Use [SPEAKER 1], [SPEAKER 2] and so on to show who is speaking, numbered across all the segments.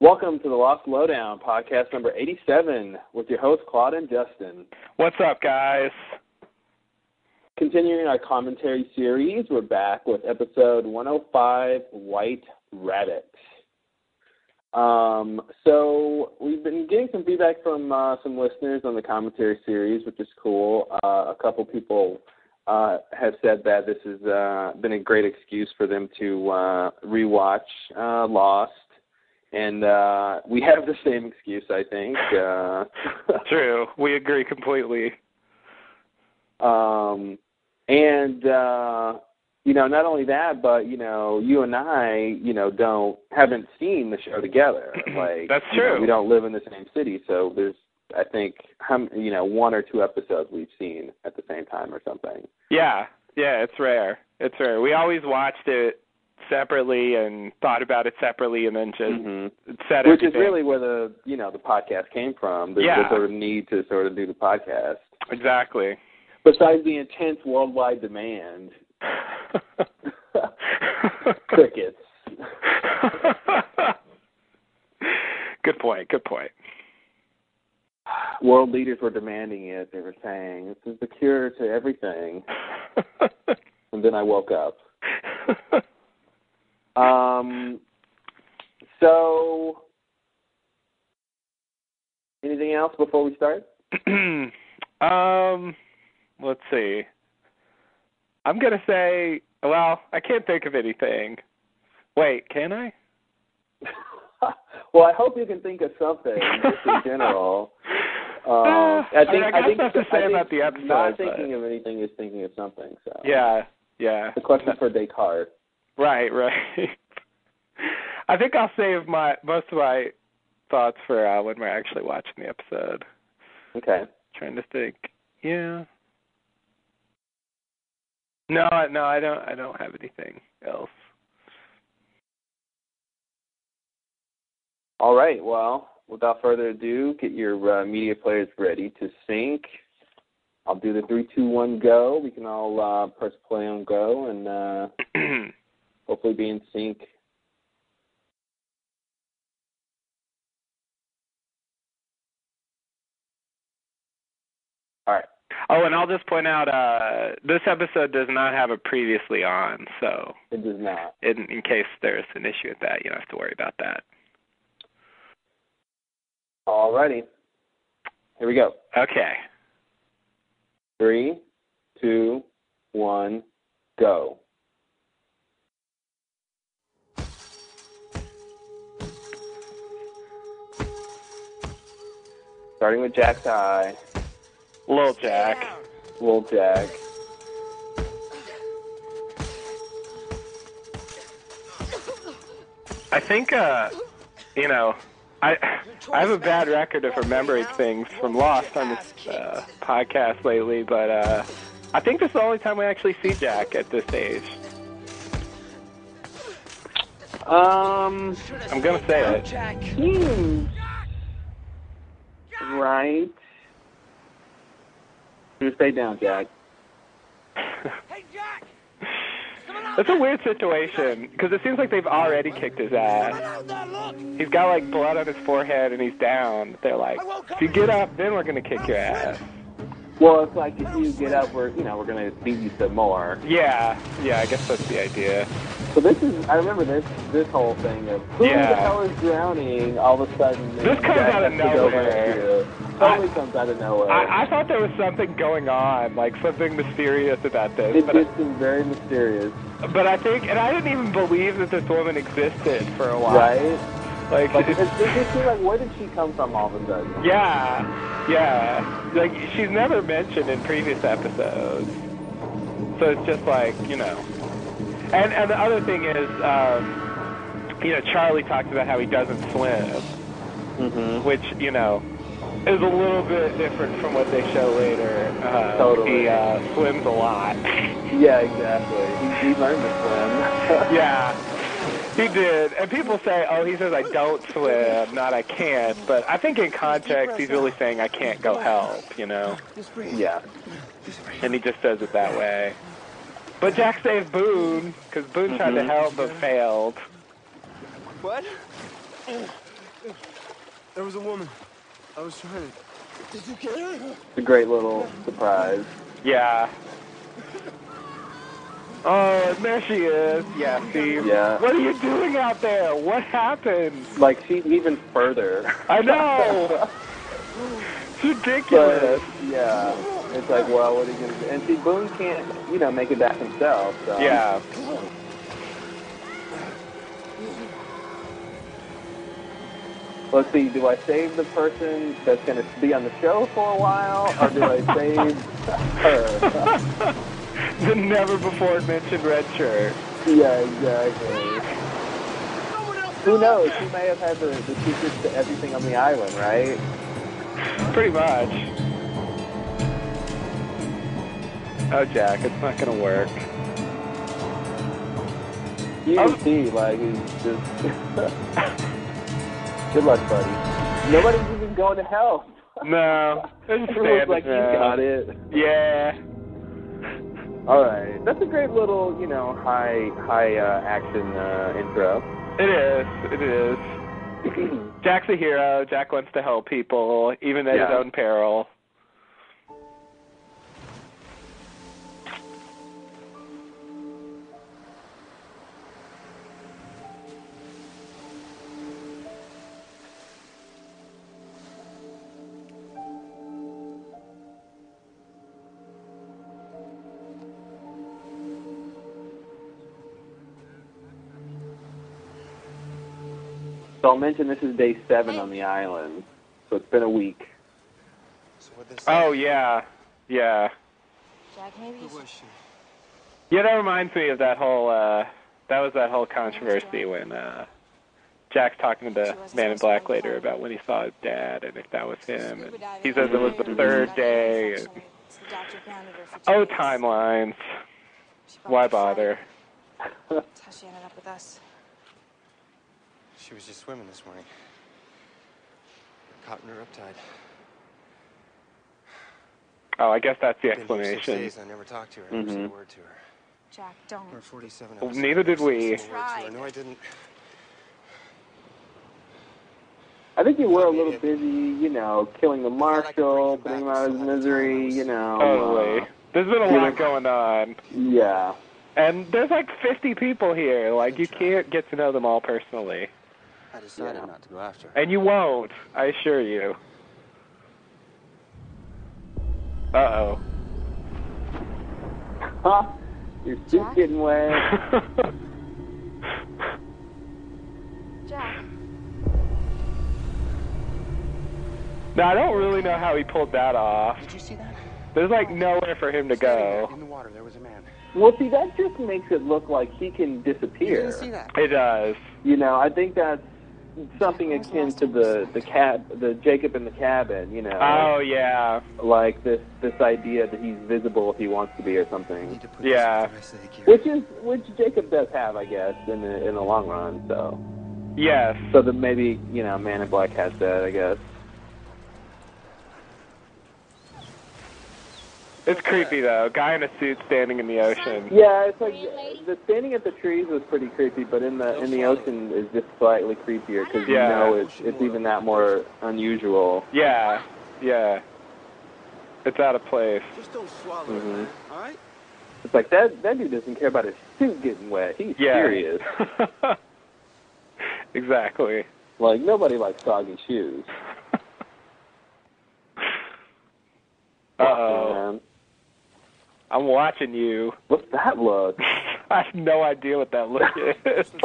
[SPEAKER 1] Welcome to the Lost Lowdown podcast number 87 with your hosts Claude and Justin.
[SPEAKER 2] What's up, guys?
[SPEAKER 1] Continuing our commentary series, we're back with episode 105 White Rabbit. Um, so we've been getting some feedback from uh, some listeners on the commentary series, which is cool. Uh, a couple people uh, have said that this has uh, been a great excuse for them to uh, rewatch uh, Lost and uh we have the same excuse i think uh
[SPEAKER 2] True. We agree completely.
[SPEAKER 1] um and uh you know not only that but you know you and i you know don't haven't seen the show together like
[SPEAKER 2] That's
[SPEAKER 1] you know,
[SPEAKER 2] true.
[SPEAKER 1] we don't live in the same city so there's i think how you know one or two episodes we've seen at the same time or something
[SPEAKER 2] Yeah. Yeah, it's rare. It's rare. We always watched it separately and thought about it separately and then just
[SPEAKER 1] Mhm.
[SPEAKER 2] said
[SPEAKER 1] which is
[SPEAKER 2] everything.
[SPEAKER 1] really where the you know the podcast came from the,
[SPEAKER 2] Yeah.
[SPEAKER 1] the sort of need to sort of do the podcast
[SPEAKER 2] Exactly.
[SPEAKER 1] besides the intense worldwide demand crickets.
[SPEAKER 2] good point. Good point.
[SPEAKER 1] World leaders were demanding it. They were saying, this is the cure to everything. And then I woke up. Um, so, anything else before we start?
[SPEAKER 2] um, let's see. I'm gonna say, well, I can't think of anything. Wait, can I?
[SPEAKER 1] well, I hope you can think of something just in general.
[SPEAKER 2] Uh,
[SPEAKER 1] Um, I
[SPEAKER 2] mean,
[SPEAKER 1] think
[SPEAKER 2] got
[SPEAKER 1] think,
[SPEAKER 2] stuff to say
[SPEAKER 1] I think
[SPEAKER 2] about the episode.
[SPEAKER 1] not
[SPEAKER 2] but-
[SPEAKER 1] thinking of anything is thinking of something. So
[SPEAKER 2] yeah, yeah.
[SPEAKER 1] the question for Descartes.
[SPEAKER 2] Right, right. I think I'll save my most of my thoughts for uh, when we're actually watching the episode.
[SPEAKER 1] Okay.
[SPEAKER 2] Trying to think. Yeah. No, I- no, I don't. I don't have anything else.
[SPEAKER 1] All right. Well, without further ado, get your uh, media players ready to sync. I'll do the three, two, one, go. We can all uh, press play on go and uh, hopefully be in sync. All right.
[SPEAKER 2] oh, and I'll just point out uh, this episode does not have a previously on, so
[SPEAKER 1] It does not.
[SPEAKER 2] in, in case there's an issue with that, you don't have to worry about that.
[SPEAKER 1] All righty. Here we go.
[SPEAKER 2] Okay.
[SPEAKER 1] Three, two, one, go. Starting with Jack's eye,
[SPEAKER 2] Lil Jack.
[SPEAKER 1] little Jack.
[SPEAKER 2] I think uh you know I I have a bad record of remembering things from Lost on this uh, podcast lately, but uh I think this is the only time we actually see Jack at this age.
[SPEAKER 1] Um,
[SPEAKER 2] I'm gonna say it.
[SPEAKER 1] hmm. right. Just stay down, Jack.
[SPEAKER 2] It's a weird situation because it seems like they've already kicked his ass. He's got like blood on his forehead and he's down. They're like, if you get up, Oh, then we're gonna kick your ass.
[SPEAKER 1] Well, it's like if you get up, we're you know we're gonna beat you some more.
[SPEAKER 2] Yeah, yeah, I guess that's the idea.
[SPEAKER 1] So this is I remember this this whole thing of who the
[SPEAKER 2] Yeah.
[SPEAKER 1] hell is drowning all of a sudden.
[SPEAKER 2] This comes
[SPEAKER 1] Jack
[SPEAKER 2] out of
[SPEAKER 1] has to go
[SPEAKER 2] nowhere.
[SPEAKER 1] rescue. Totally comes out of nowhere.
[SPEAKER 2] I, I thought there was something going on, like something mysterious about this,
[SPEAKER 1] it
[SPEAKER 2] but I,
[SPEAKER 1] did seem very mysterious,
[SPEAKER 2] but I think, and I didn't even believe that this woman existed for a while.
[SPEAKER 1] right?
[SPEAKER 2] Like,
[SPEAKER 1] Like it,
[SPEAKER 2] it's-
[SPEAKER 1] it just seemed like where did she come from all of a sudden?
[SPEAKER 2] yeah, yeah. Like she's never mentioned in previous episodes, so it's just like you know. And and the other thing is, um, you know, Charlie talks about how he doesn't swim,
[SPEAKER 1] Mm-hmm.
[SPEAKER 2] which you know is a little bit different from what they show later. Uh,
[SPEAKER 1] Totally.
[SPEAKER 2] He uh, swims a lot.
[SPEAKER 1] Yeah, exactly. He, he learned to swim.
[SPEAKER 2] Yeah, he did. And people say, oh, he says, I don't swim, not I can't. But I think in context, he's really saying, I can't go help, you know?
[SPEAKER 1] yeah.
[SPEAKER 2] And he just says it that way. But Jack saved Boone, because Boone tried to help but failed.
[SPEAKER 3] What?
[SPEAKER 1] There was a woman. I was trying to. Did you get her?
[SPEAKER 2] It's a great little surprise.
[SPEAKER 4] Yeah. Oh, there she is. Yeah, Steve.
[SPEAKER 2] Yeah.
[SPEAKER 4] What are you doing out there? What happened?
[SPEAKER 2] Like she's even further.
[SPEAKER 4] I know. it's
[SPEAKER 2] But
[SPEAKER 4] ridiculous.
[SPEAKER 2] yeah, it's like, well, what are you gonna do? And see, Boone can't, you know, make it back himself. So.
[SPEAKER 4] yeah.
[SPEAKER 2] Let's see. Do I save the person that's gonna be on the show for a while, or do I save her?
[SPEAKER 4] The never before mentioned red shirt.
[SPEAKER 2] yeah, exactly. Who knows? She may have had the, the secrets to everything on the island, right?
[SPEAKER 4] Pretty much. Oh, Jack, it's not gonna work.
[SPEAKER 2] You
[SPEAKER 4] Oh.
[SPEAKER 2] can see, like, it's just. Good luck, buddy. Nobody's even going to help.
[SPEAKER 4] No. It's just
[SPEAKER 2] Everyone's like, you
[SPEAKER 4] standard.
[SPEAKER 2] got it.
[SPEAKER 4] Yeah.
[SPEAKER 2] All right, that's a great little, you know, high high uh, action uh, intro.
[SPEAKER 4] It is. It is. Jack's a hero. Jack wants to help people, even at his
[SPEAKER 2] Yeah.
[SPEAKER 4] own peril.
[SPEAKER 2] so I'll mention this is day seven on the island, so it's been a week.
[SPEAKER 1] So what they say?
[SPEAKER 4] Oh yeah, yeah.
[SPEAKER 5] Jack, maybe you
[SPEAKER 1] Who
[SPEAKER 5] should
[SPEAKER 1] was she?
[SPEAKER 4] Yeah, that reminds me of that whole. uh That was that whole controversy when uh Jack's talking to the man in black later about when he saw his dad and if that was him. And
[SPEAKER 5] scuba diving
[SPEAKER 4] he says it was the
[SPEAKER 5] earlier.
[SPEAKER 4] third
[SPEAKER 5] Dr.
[SPEAKER 4] day. And,
[SPEAKER 5] Actually, it's the doctor grounded her for two
[SPEAKER 4] oh,
[SPEAKER 5] days.
[SPEAKER 4] timelines.
[SPEAKER 5] She brought
[SPEAKER 4] Why
[SPEAKER 5] the fire.
[SPEAKER 4] bother?
[SPEAKER 5] That's how she ended up with us.
[SPEAKER 1] She was just swimming this morning. Caught in her uptide.
[SPEAKER 4] Oh, I guess that's the
[SPEAKER 1] Been here six
[SPEAKER 4] explanation.
[SPEAKER 1] days, I never talked to her. I never said a word to her.
[SPEAKER 5] Jack, don't.
[SPEAKER 1] We're 47
[SPEAKER 4] Well,
[SPEAKER 1] episodes
[SPEAKER 4] neither
[SPEAKER 1] in,
[SPEAKER 4] did
[SPEAKER 1] I never
[SPEAKER 4] we.
[SPEAKER 1] said a word to her. No, I didn't.
[SPEAKER 2] I think you were a little busy, you know, killing the marshal, putting him out of his misery, you know.
[SPEAKER 4] Totally.
[SPEAKER 2] uh,
[SPEAKER 4] There's been a
[SPEAKER 2] you
[SPEAKER 4] lot
[SPEAKER 2] know-
[SPEAKER 4] going on.
[SPEAKER 2] yeah.
[SPEAKER 4] And there's like 50 people here. Like, you can't get to know them all personally.
[SPEAKER 1] I decided
[SPEAKER 2] Yeah.
[SPEAKER 1] not to go after her.
[SPEAKER 4] And you won't, I assure you. Uh oh.
[SPEAKER 2] Ha! You're still
[SPEAKER 5] Jack?
[SPEAKER 2] getting wet.
[SPEAKER 5] Jack,
[SPEAKER 4] now, I don't really know how he pulled that off.
[SPEAKER 1] Did you see that?
[SPEAKER 4] There's like nowhere for him to
[SPEAKER 1] Standing there
[SPEAKER 4] go.
[SPEAKER 1] In the water, there was a man.
[SPEAKER 2] Well, see, that just makes it look like he can
[SPEAKER 1] You
[SPEAKER 2] disappear.
[SPEAKER 1] didn't see that.
[SPEAKER 4] It does.
[SPEAKER 2] You know, I think that's something
[SPEAKER 5] When was the
[SPEAKER 2] akin
[SPEAKER 5] last
[SPEAKER 2] to
[SPEAKER 5] time
[SPEAKER 2] the
[SPEAKER 5] you
[SPEAKER 2] the cab, the Jacob in the cabin. You know.
[SPEAKER 4] Oh, yeah.
[SPEAKER 2] like this this idea that he's visible if he wants to be or something,
[SPEAKER 1] Need to put
[SPEAKER 4] Yeah.
[SPEAKER 1] This with the rest of the gear.
[SPEAKER 2] which is which Jacob does have, I guess, in the in the long run. So
[SPEAKER 4] Yes.
[SPEAKER 2] so that maybe you know Man in Black has that, I guess.
[SPEAKER 4] It's creepy, though. Guy in a suit standing in the ocean.
[SPEAKER 2] Yeah, it's like the standing at the trees was pretty creepy, but in the in the ocean is just slightly creepier because
[SPEAKER 4] Yeah.
[SPEAKER 2] you know it's it's even that more unusual.
[SPEAKER 4] Yeah. Yeah. It's out of place.
[SPEAKER 1] Just don't swallow it,
[SPEAKER 2] Mhm.
[SPEAKER 1] man. All right?
[SPEAKER 2] It's like that that dude doesn't care about his suit getting wet. He's
[SPEAKER 4] Yeah.
[SPEAKER 2] serious.
[SPEAKER 4] exactly.
[SPEAKER 2] Like nobody likes soggy shoes.
[SPEAKER 4] Uh oh. I'm watching you.
[SPEAKER 2] What's that look?
[SPEAKER 4] I have no idea what that look is.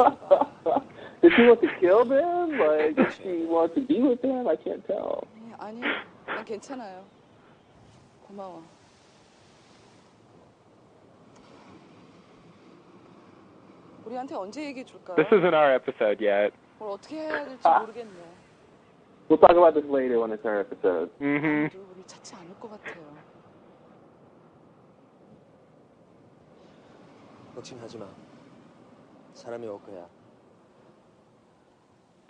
[SPEAKER 2] Does she want to kill them? Like, does she want to be with them? I can't tell.
[SPEAKER 6] 예, 아니요. 난 괜찮아요. 고마워. 우리한테 언제 얘기해 줄까요?
[SPEAKER 4] this isn't our episode yet.
[SPEAKER 6] 뭘 어떻게 해야 될지
[SPEAKER 2] 아.
[SPEAKER 6] 모르겠네.
[SPEAKER 2] We'll talk about this later when it's our episode.
[SPEAKER 4] hmm
[SPEAKER 6] 누 우리 찾지 않을 것 같아요.
[SPEAKER 7] 걱정하지 마. 사람이 올 거야.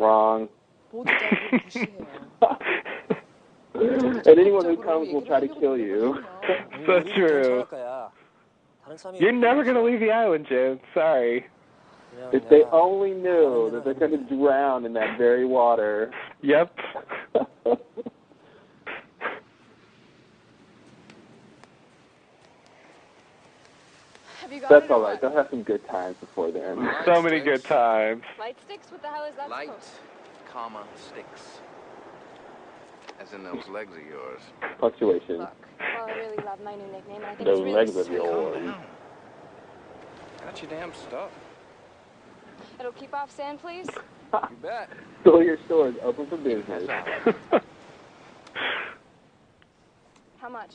[SPEAKER 2] Wrong.
[SPEAKER 6] 모두 다 우리 무시해요.
[SPEAKER 2] and anyone who comes will try to kill you.
[SPEAKER 4] So
[SPEAKER 7] 우리
[SPEAKER 4] true.
[SPEAKER 7] 괜찮을 거야. 다른 사람이
[SPEAKER 4] You're never going to leave the island, Jim. Sorry.
[SPEAKER 7] 그래, 그냥
[SPEAKER 2] If they
[SPEAKER 7] 내가
[SPEAKER 2] only knew that they're going to drown in that very water.
[SPEAKER 1] Yep.
[SPEAKER 8] Have you got
[SPEAKER 2] That's
[SPEAKER 8] it or
[SPEAKER 2] all right.
[SPEAKER 8] what?
[SPEAKER 2] They'll have some good times before they're in.
[SPEAKER 1] so many good times.
[SPEAKER 8] Light sticks? What the hell is that
[SPEAKER 5] Light,
[SPEAKER 8] supposed
[SPEAKER 5] comma, sticks. As in those legs of yours.
[SPEAKER 2] Punctuation.
[SPEAKER 8] Look, well, I really love my new nickname, and I think
[SPEAKER 2] Those
[SPEAKER 8] it's really
[SPEAKER 2] legs of
[SPEAKER 8] sweet.
[SPEAKER 2] yours.
[SPEAKER 5] Got your damn stuff.
[SPEAKER 8] It'll keep off sand, please.
[SPEAKER 5] You bet.
[SPEAKER 2] Still your stores open for business.
[SPEAKER 8] How much?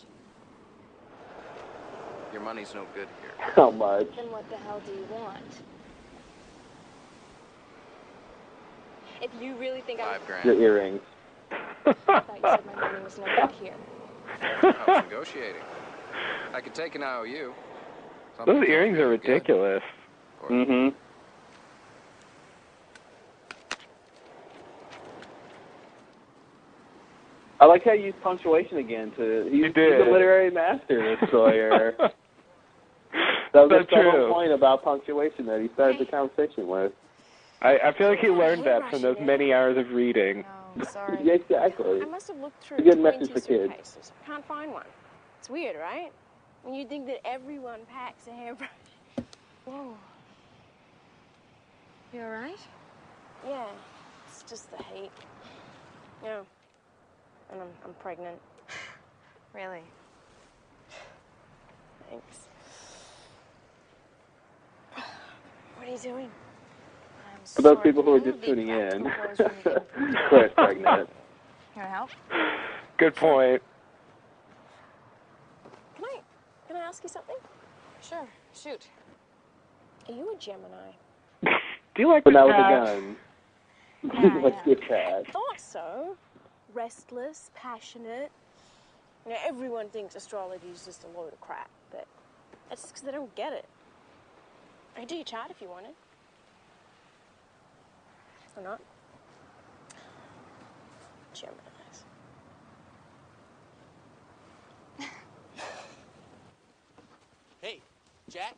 [SPEAKER 5] Your money's no good here.
[SPEAKER 2] How much?
[SPEAKER 8] Then what the hell do you want? If you really think I
[SPEAKER 5] Five
[SPEAKER 2] Your
[SPEAKER 5] grand.
[SPEAKER 2] earrings.
[SPEAKER 8] thought you said my money was no good here,
[SPEAKER 5] I was negotiating. I could take an IOU. Something
[SPEAKER 1] Those earrings are
[SPEAKER 5] good.
[SPEAKER 1] ridiculous.
[SPEAKER 2] Mm-hmm. I like how you used punctuation again. To he's,
[SPEAKER 1] You did.
[SPEAKER 2] he's a literary master, this Sawyer. that was
[SPEAKER 1] So
[SPEAKER 2] the
[SPEAKER 1] true.
[SPEAKER 2] whole point about punctuation that he started the conversation with.
[SPEAKER 1] I, I feel like he learned that from those many hours of reading.
[SPEAKER 9] No, sorry.
[SPEAKER 2] Yeah, exactly.
[SPEAKER 8] I must have looked through
[SPEAKER 2] It's a good
[SPEAKER 8] 20
[SPEAKER 2] message for kids.
[SPEAKER 8] suitcases. Can't find one. It's weird, right? When you think that everyone packs a hairbrush.
[SPEAKER 9] Whoa. You all right?
[SPEAKER 8] Yeah, it's just the heat. Yeah. And I'm, I'm pregnant.
[SPEAKER 9] Really?
[SPEAKER 8] Thanks. What are you doing?
[SPEAKER 9] I'm
[SPEAKER 2] For those people who are just tuning in, Claire's pregnant.
[SPEAKER 9] Can I help?
[SPEAKER 1] Good point.
[SPEAKER 8] Can I can I ask you something?
[SPEAKER 9] Sure. Shoot.
[SPEAKER 8] Are you a Gemini?
[SPEAKER 1] Do you like
[SPEAKER 2] But
[SPEAKER 1] the
[SPEAKER 2] now with
[SPEAKER 1] cat?
[SPEAKER 2] a gun. Let's get that.
[SPEAKER 8] Thought so. Restless, passionate. You know, everyone thinks astrology is just a load of crap, but that's just 'cause they don't get it. I could do your chart if you wanted. Or not. Gemini's.
[SPEAKER 7] Hey, Jack.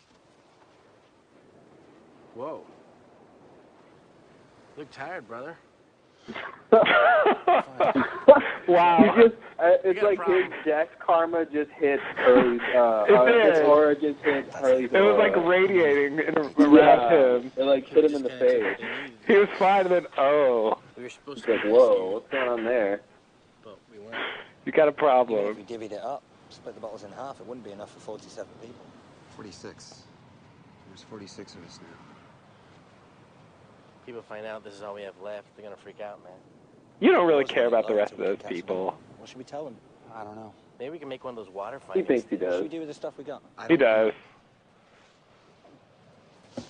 [SPEAKER 10] Whoa. Look tired, brother.
[SPEAKER 2] You
[SPEAKER 1] Wow.
[SPEAKER 2] just, uh, it's like his Jack's karma just hit Hurley's, uh, uh,
[SPEAKER 1] It
[SPEAKER 2] his
[SPEAKER 1] did.
[SPEAKER 2] aura just hit Hurley's
[SPEAKER 1] It was
[SPEAKER 2] aura.
[SPEAKER 1] like radiating in, around
[SPEAKER 2] yeah.
[SPEAKER 1] him.
[SPEAKER 2] It like hit him in the
[SPEAKER 10] Kinda took
[SPEAKER 2] face.
[SPEAKER 10] what they needed.
[SPEAKER 1] He was fine, and then, oh,
[SPEAKER 10] We were supposed
[SPEAKER 2] It's
[SPEAKER 10] to
[SPEAKER 2] like,
[SPEAKER 10] be
[SPEAKER 2] whoa,
[SPEAKER 10] listening,
[SPEAKER 2] what's going on there?
[SPEAKER 10] but we weren't.
[SPEAKER 1] you got a
[SPEAKER 7] Even if
[SPEAKER 1] problem.
[SPEAKER 7] we divvied it up, split the bottles in half, it wouldn't be enough for 47 people.
[SPEAKER 5] 46. There's 46 of us now.
[SPEAKER 10] People find out this is all we have left. They're gonna freak out, man.
[SPEAKER 1] You don't really
[SPEAKER 7] What was
[SPEAKER 1] care
[SPEAKER 7] it
[SPEAKER 1] about the
[SPEAKER 7] like
[SPEAKER 1] rest
[SPEAKER 7] to
[SPEAKER 1] of those
[SPEAKER 7] catch them?
[SPEAKER 1] people.
[SPEAKER 7] What should we tell them?
[SPEAKER 5] I don't know.
[SPEAKER 10] Maybe we can make one of those water
[SPEAKER 2] He
[SPEAKER 10] findings.
[SPEAKER 2] thinks he
[SPEAKER 7] What should
[SPEAKER 2] does.
[SPEAKER 7] we do with the stuff we got?
[SPEAKER 5] I
[SPEAKER 1] He
[SPEAKER 5] don't know.
[SPEAKER 1] does.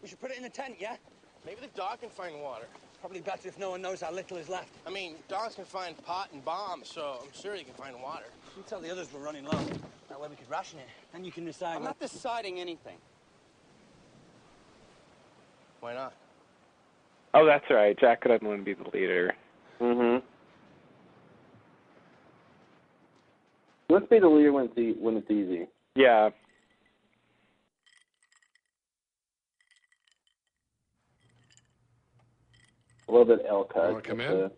[SPEAKER 11] We should put it in a tent, yeah?
[SPEAKER 12] Maybe the dog can find water.
[SPEAKER 11] Probably better if no one knows how little is left.
[SPEAKER 12] I mean, dogs can find pot and bombs, so I'm sure they can find water.
[SPEAKER 11] You tell the others we're running low. That way we could ration it. Then you can decide.
[SPEAKER 12] I'm
[SPEAKER 11] when-
[SPEAKER 12] not deciding anything. Why not?
[SPEAKER 1] Oh, that's right. Jack could want to be the leader.
[SPEAKER 2] Mm-hmm. Let's be the leader when it's, e- when it's easy.
[SPEAKER 1] Yeah.
[SPEAKER 2] A little bit L cut.
[SPEAKER 4] Wanna come
[SPEAKER 2] with
[SPEAKER 4] in?
[SPEAKER 2] the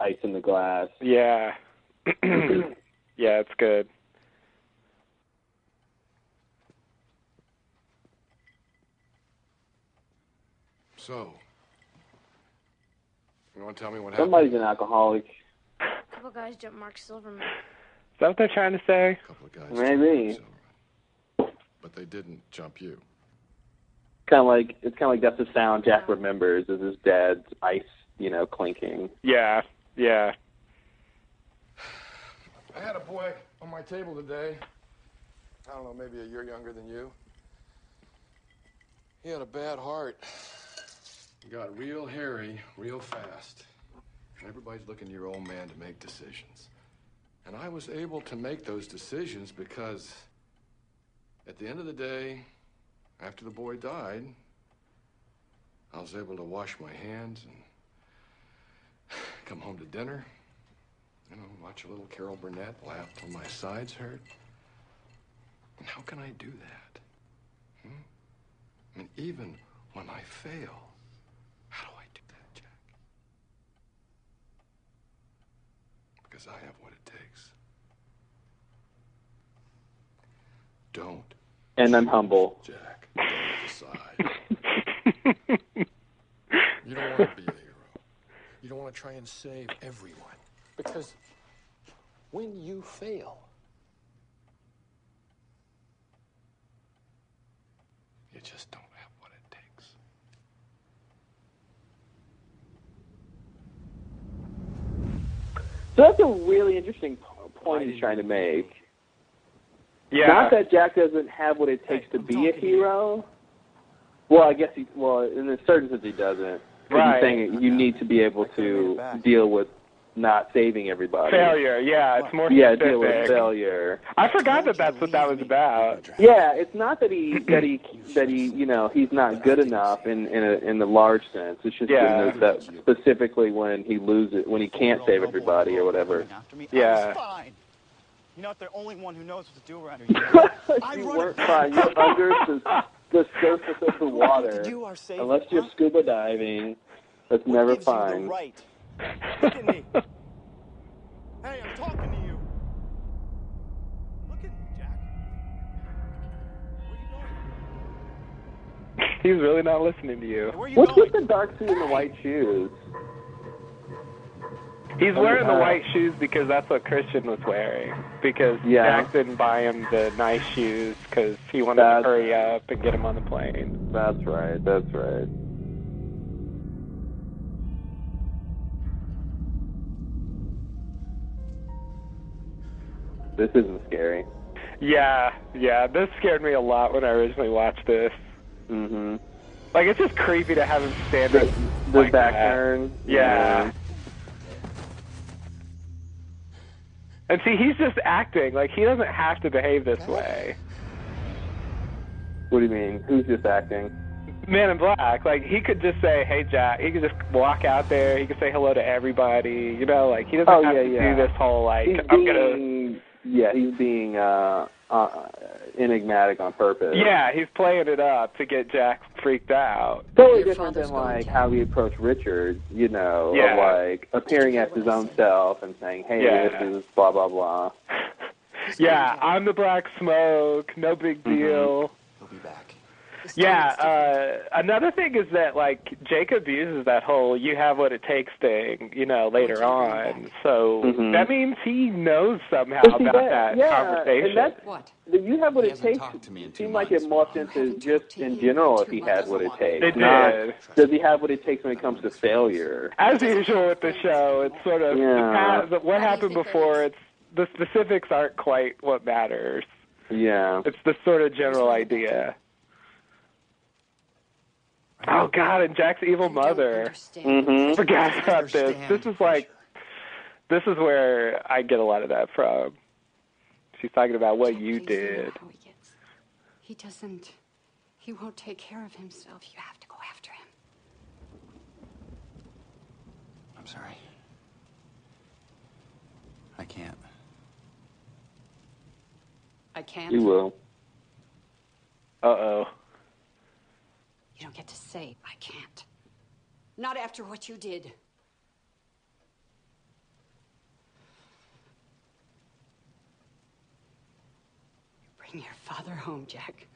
[SPEAKER 2] Ice in the glass.
[SPEAKER 1] Yeah. yeah, it's good.
[SPEAKER 4] So, you want to tell me what happened?
[SPEAKER 2] Somebody's an alcoholic.
[SPEAKER 8] A couple guys jumped Mark Silverman.
[SPEAKER 1] Is that what they're trying to say?
[SPEAKER 4] A couple of guys.
[SPEAKER 2] Maybe.
[SPEAKER 4] jumped Silverman. But they didn't jump you.
[SPEAKER 2] Kind of like it's kind of like that's the sound Jack remembers is his dad's ice, you know, clinking.
[SPEAKER 1] Yeah. Yeah.
[SPEAKER 4] I had a boy on my table today. I don't know, maybe a year younger than you. He had a bad heart. He got real hairy real fast. And everybody's looking to your old man to make decisions. And I was able to make those decisions because at the end of the day, after the boy died, I was able to wash my hands and come home to dinner. You know, watch a little Carol Burnett, laugh till my sides hurt. And how can I do that? Hmm? And even when I fail, how do I do that, Jack? Because I have what it takes. Don't
[SPEAKER 1] And I'm humble.
[SPEAKER 4] Jack, don't decide. you don't want to be a hero. You don't want to try and save everyone. Because when you fail, you just don't have what it takes.
[SPEAKER 1] So that's a really interesting p- point he's trying to make.
[SPEAKER 2] Yeah.
[SPEAKER 1] Not that Jack doesn't have what it takes to be a hero. Well, I guess he. Well, in a certain sense, he doesn't. But
[SPEAKER 2] Right.
[SPEAKER 1] he's saying that you need to be able to deal with not saving everybody.
[SPEAKER 2] Failure, yeah, it's more
[SPEAKER 1] yeah,
[SPEAKER 2] specific.
[SPEAKER 1] deal with failure.
[SPEAKER 2] I forgot that that's what that was about.
[SPEAKER 1] Yeah, it's not that he that he that he you know he's not good enough in in a, in the large sense. It's just
[SPEAKER 2] Yeah.
[SPEAKER 1] in the, that specifically when he loses when he can't save everybody or whatever.
[SPEAKER 2] Yeah.
[SPEAKER 12] Fine. You're not the only one who knows what to do around here.
[SPEAKER 1] you weren't fine. You're under the, the surface of the water.
[SPEAKER 12] You are safe.
[SPEAKER 1] Unless you're scuba diving, that's never fine.
[SPEAKER 12] Right.
[SPEAKER 1] Look at me.
[SPEAKER 12] Hey, I'm talking to you. Look at me, Jack.
[SPEAKER 2] He's really not listening to you.
[SPEAKER 1] What's with the dark suit and the white shoes?
[SPEAKER 2] He's wearing the
[SPEAKER 1] Uh,
[SPEAKER 2] white shoes because that's what Christian was wearing. Because
[SPEAKER 1] Yeah.
[SPEAKER 2] Jack didn't buy him the nice shoes because he wanted
[SPEAKER 1] That's-
[SPEAKER 2] to hurry up and get him on the plane.
[SPEAKER 1] That's right. That's right. This isn't scary.
[SPEAKER 2] Yeah, yeah. This scared me a lot when I originally watched this.
[SPEAKER 1] Mm-hmm.
[SPEAKER 2] Like it's just creepy to have him standing.
[SPEAKER 1] The
[SPEAKER 2] like
[SPEAKER 1] back
[SPEAKER 2] that.
[SPEAKER 1] turn. Mm-hmm.
[SPEAKER 2] Yeah. And see, he's just acting. Like he doesn't have to behave this way.
[SPEAKER 1] What do you mean? Who's just acting?
[SPEAKER 2] Man in Black, like he could just say, "Hey Jack," he could just walk out there. He could say hello to everybody. You know, like he doesn't
[SPEAKER 1] Oh,
[SPEAKER 2] have
[SPEAKER 1] yeah,
[SPEAKER 2] to
[SPEAKER 1] yeah.
[SPEAKER 2] do this whole like
[SPEAKER 1] He's
[SPEAKER 2] I'm gonna.
[SPEAKER 1] being, yeah, he's being uh, uh, enigmatic on purpose.
[SPEAKER 2] Yeah, he's playing it up to get Jack freaked out.
[SPEAKER 1] Totally different than like how we approach Richard, you know,
[SPEAKER 2] Yeah.
[SPEAKER 1] of like appearing as his own self and saying, "Hey,
[SPEAKER 2] Yeah.
[SPEAKER 1] this is blah blah blah."
[SPEAKER 2] Yeah, 아, I'm the Black Smoke. No big
[SPEAKER 1] Mm-hmm.
[SPEAKER 2] deal.
[SPEAKER 7] He'll be back.
[SPEAKER 2] Yeah. Uh, another thing is that like Jake abuses that whole "you have what it takes" thing, you know, later on. So
[SPEAKER 1] Mhm.
[SPEAKER 2] that means he knows somehow
[SPEAKER 1] Yes, he
[SPEAKER 2] about
[SPEAKER 1] does.
[SPEAKER 2] that
[SPEAKER 1] yeah,
[SPEAKER 2] conversation.
[SPEAKER 1] And that's,
[SPEAKER 13] What?
[SPEAKER 1] The, you have what it takes. To me in seemed like it morphed into just in general if he had what it takes.
[SPEAKER 2] It
[SPEAKER 1] not
[SPEAKER 2] did.
[SPEAKER 1] Does he have what it takes when it comes to failure?
[SPEAKER 2] As usual with the show, it's sort of the
[SPEAKER 1] Yeah.
[SPEAKER 2] pa- the, what happened before. It's the specifics aren't quite what matters.
[SPEAKER 1] Yeah.
[SPEAKER 2] It's the sort of general idea. Oh God! And Jack's evil mother.
[SPEAKER 1] Mhm.
[SPEAKER 2] Forgot about this. This is like, this is where I get a lot of that from. She's talking about what you did.
[SPEAKER 13] He doesn't. He won't take care of himself. You have to go after him.
[SPEAKER 12] I'm sorry. I can't.
[SPEAKER 13] I can't.
[SPEAKER 1] You will.
[SPEAKER 2] Uh oh.
[SPEAKER 13] You don't get to say I can't. Not after what you did. You bring your father home, Jack.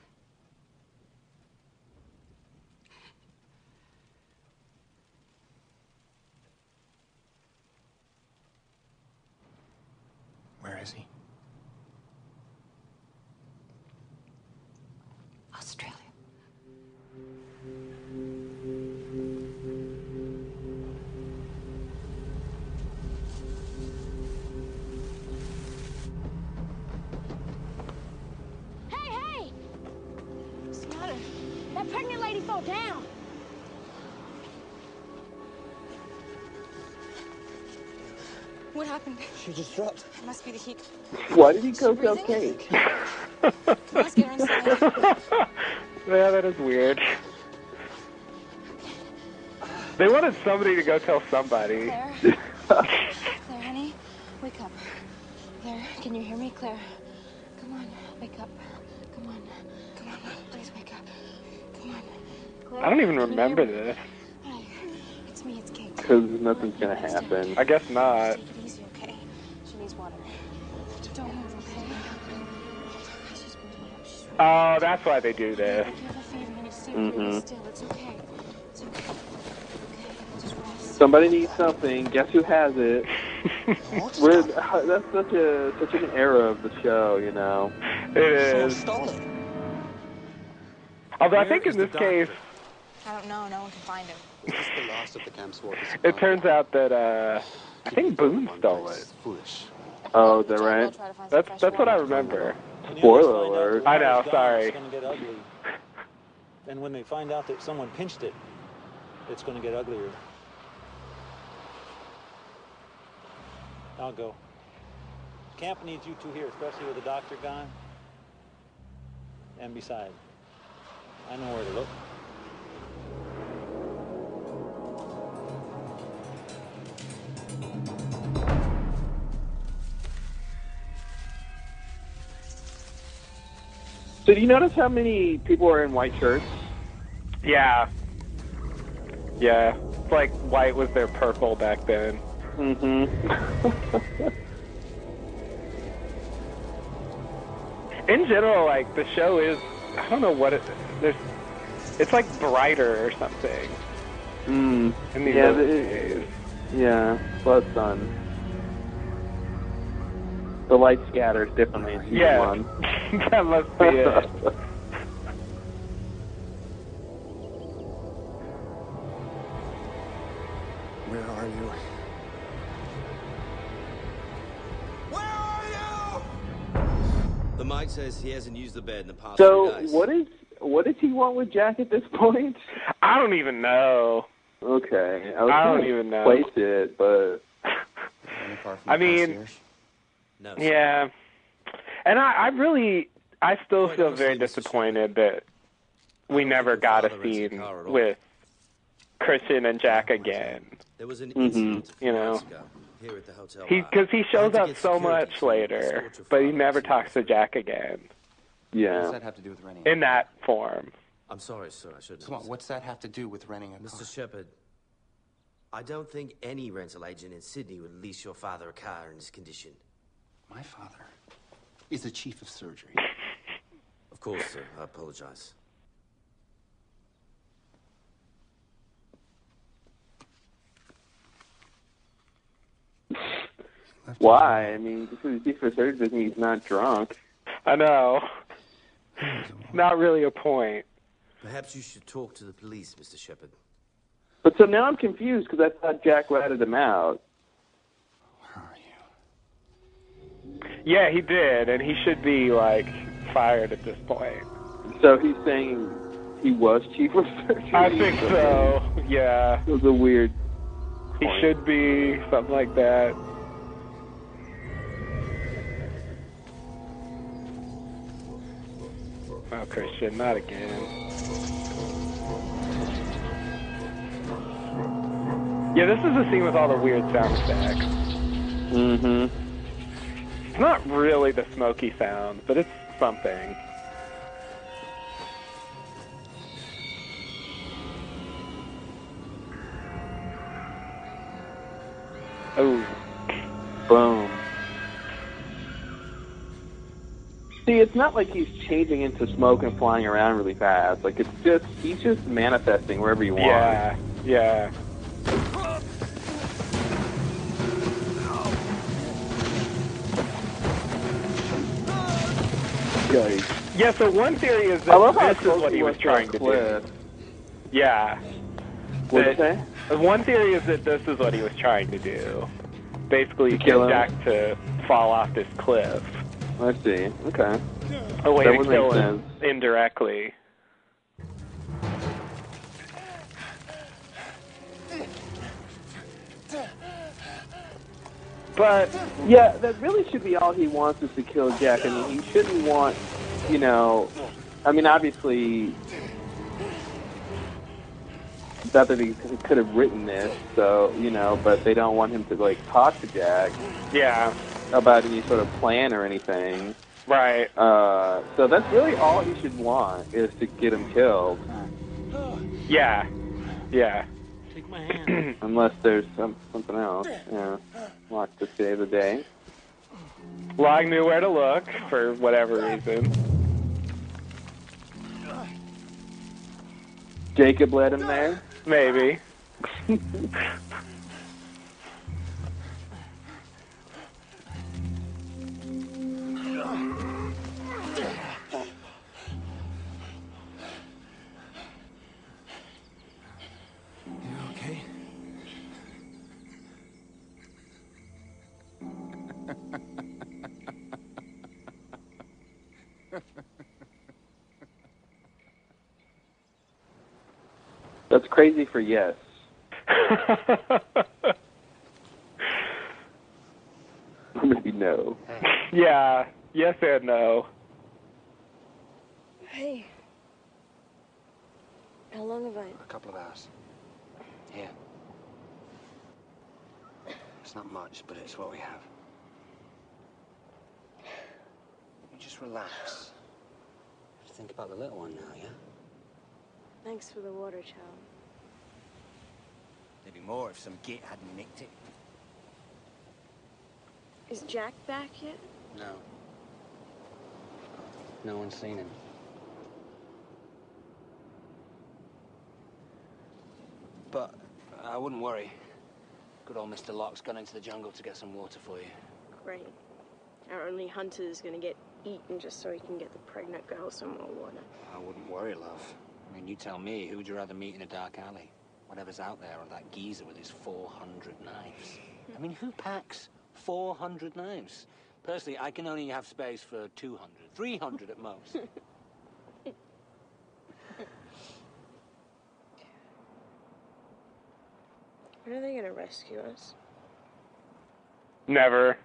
[SPEAKER 12] Where is he?
[SPEAKER 13] Australia.
[SPEAKER 8] Hey, hey! Scott, that pregnant lady fell down.
[SPEAKER 14] What happened?
[SPEAKER 7] She just dropped.
[SPEAKER 14] It must be the heat.
[SPEAKER 1] Why did he cook
[SPEAKER 14] Breathing?
[SPEAKER 1] out cake?
[SPEAKER 14] Let's get her inside.
[SPEAKER 2] Yeah, that is weird. They wanted somebody to go tell somebody.
[SPEAKER 14] Claire. Claire, honey, wake up. Claire, can you hear me, Claire? Come on, wake up. Come on, come on, please wake up. Come on.
[SPEAKER 2] I don't even remember this.
[SPEAKER 14] It's me, it's Kate.
[SPEAKER 1] Because nothing's gonna happen.
[SPEAKER 2] I guess not.
[SPEAKER 14] Take it easy, okay? She needs water. Don't move, okay? She's she's
[SPEAKER 2] Oh, that's why they do this.
[SPEAKER 14] give a favor. You need to stay
[SPEAKER 1] Mhm.
[SPEAKER 14] really still. It's okay. It's okay. Okay, just rest.
[SPEAKER 1] Somebody needs something. Guess who has it? We're, that's such a such an era of the show, you know.
[SPEAKER 2] It is. Although I think in this case,
[SPEAKER 15] I don't know. No one can find him.
[SPEAKER 16] The last of the camp sword is
[SPEAKER 2] it turns out that uh, I think Boone stole it.
[SPEAKER 16] foolish.
[SPEAKER 1] Oh, is that right?
[SPEAKER 2] That's that's what I remember.
[SPEAKER 1] Spoiler alert.
[SPEAKER 2] I know. Sorry.
[SPEAKER 17] It's going to get ugly. And when they find out that someone pinched it, it's going to get uglier. I'll go. Camp needs you two here, especially with the doctor gone. And besides, I know where to look.
[SPEAKER 1] So do you notice how many people are in white shirts?
[SPEAKER 2] Yeah. Yeah. It's like white was their purple back then.
[SPEAKER 1] Mm-hmm.
[SPEAKER 2] In general, like the show is, I don't know what it. There's, it's like brighter or something.
[SPEAKER 1] mm.
[SPEAKER 2] In these
[SPEAKER 1] yeah,
[SPEAKER 2] old
[SPEAKER 1] the- yeah. Blood sun. The light scatters differently in season
[SPEAKER 2] Yeah.
[SPEAKER 1] one.
[SPEAKER 2] that must be it.
[SPEAKER 3] Where are you?
[SPEAKER 18] The mate says he hasn't used the bed in the past
[SPEAKER 1] So
[SPEAKER 18] few days.
[SPEAKER 1] what is what does he want with Jack at this point?
[SPEAKER 2] I don't even know.
[SPEAKER 1] Okay, I,
[SPEAKER 2] I don't
[SPEAKER 1] was trying to
[SPEAKER 2] even know.
[SPEAKER 1] Place it, but
[SPEAKER 2] I mean,
[SPEAKER 18] no.
[SPEAKER 2] yeah. And I, I really, I still feel very disappointed that we never got a scene with Christian and Jack again.
[SPEAKER 18] There was an
[SPEAKER 2] Mhm.
[SPEAKER 18] incident a few
[SPEAKER 2] You know.
[SPEAKER 18] nights ago here at the hotel.
[SPEAKER 2] He
[SPEAKER 18] bar.
[SPEAKER 2] because he
[SPEAKER 18] I
[SPEAKER 2] shows
[SPEAKER 18] had to
[SPEAKER 2] up
[SPEAKER 18] get
[SPEAKER 2] so
[SPEAKER 18] security
[SPEAKER 2] much
[SPEAKER 18] to
[SPEAKER 2] later,
[SPEAKER 18] escort your
[SPEAKER 2] but he never talks to Jack again
[SPEAKER 16] What does
[SPEAKER 1] yeah.
[SPEAKER 16] that have to do with renting?
[SPEAKER 2] in that form.
[SPEAKER 18] I'm sorry, sir. I should.
[SPEAKER 16] Come on, what's that have to do with renting a
[SPEAKER 18] Mr. Shepard, I don't think any rental agent in Sydney would lease your father a car in this condition.
[SPEAKER 16] My father is the chief of surgery.
[SPEAKER 18] Of course, sir. I apologize.
[SPEAKER 1] Why? I mean, just because he's for surgery doesn't mean he's not drunk.
[SPEAKER 2] I know. Not really a point.
[SPEAKER 18] Perhaps you should talk to the police, Mr. Shepard.
[SPEAKER 1] But so now I'm confused because I thought Jack ratted him out.
[SPEAKER 2] Yeah, he did, and he should be like fired at this point.
[SPEAKER 1] So he's saying he was chief of surgery.
[SPEAKER 2] I think so. Yeah.
[SPEAKER 1] It was a weird.
[SPEAKER 2] He
[SPEAKER 1] point.
[SPEAKER 2] should be something like that. Oh, Christian, not again. Yeah, this is the scene with all the weird sound effects.
[SPEAKER 1] Mm-hmm.
[SPEAKER 2] It's not really the smoky sound, but it's something. Oh.
[SPEAKER 1] Boom. See, it's not like he's changing into smoke and flying around really fast. Like it's just he's just manifesting wherever he wants.
[SPEAKER 2] Yeah, yeah. Yeah, so one theory is that
[SPEAKER 1] I love how
[SPEAKER 2] this
[SPEAKER 1] close
[SPEAKER 2] is what
[SPEAKER 1] he
[SPEAKER 2] he was
[SPEAKER 1] was to
[SPEAKER 2] trying
[SPEAKER 1] the
[SPEAKER 2] to
[SPEAKER 1] cliff.
[SPEAKER 2] do. Yeah.
[SPEAKER 1] What'd
[SPEAKER 2] That- One theory is that this is what he was trying to do. Basically,
[SPEAKER 1] To
[SPEAKER 2] get
[SPEAKER 1] kill him?
[SPEAKER 2] Jack to fall off this cliff.
[SPEAKER 1] I see. Okay.
[SPEAKER 2] A way
[SPEAKER 1] That
[SPEAKER 2] to
[SPEAKER 1] would
[SPEAKER 2] kill
[SPEAKER 1] make
[SPEAKER 2] him indirectly. But
[SPEAKER 1] yeah, that really should be all he wants is to kill Jack. I mean, he shouldn't want, you know, I mean, obviously, not that he could have written this, so you know, but they don't want him to like talk to Jack
[SPEAKER 2] Yeah,
[SPEAKER 1] about any sort of plan or anything.
[SPEAKER 2] right.
[SPEAKER 1] Uh, so that's really all he should want is to get him killed.
[SPEAKER 2] Yeah. Yeah.
[SPEAKER 17] Take my hand.
[SPEAKER 1] Unless there's some, something else. Yeah. Watch to save the day.
[SPEAKER 2] Long knew where to look for whatever reason.
[SPEAKER 1] Jacob led him there?
[SPEAKER 2] Maybe.
[SPEAKER 3] okay?
[SPEAKER 1] That's crazy for yes. Maybe no.
[SPEAKER 2] yeah. Yes and no.
[SPEAKER 14] Hey. How long have I?
[SPEAKER 16] A couple of hours. Yeah. It's not much, but it's what we have. You just relax. Just think about the little one now, yeah?
[SPEAKER 14] Thanks for the water, child.
[SPEAKER 7] There'd be more if some git hadn't nicked it.
[SPEAKER 14] Is Jack back yet?
[SPEAKER 7] No. No one's seen him. But uh, I wouldn't worry. Good old Mr. Locke's gone into the jungle to get some water for you.
[SPEAKER 8] Great. Our only hunter is gonna get eaten just so he can get the pregnant girl some more water.
[SPEAKER 7] I wouldn't worry, love. I mean, you tell me, who would you rather meet in a dark alley? Whatever's out there, or that geezer with his 400 knives? I mean, who packs 400 knives? Personally, I can only have space for 200, 300 at most.
[SPEAKER 8] When are they gonna rescue us?
[SPEAKER 2] Never.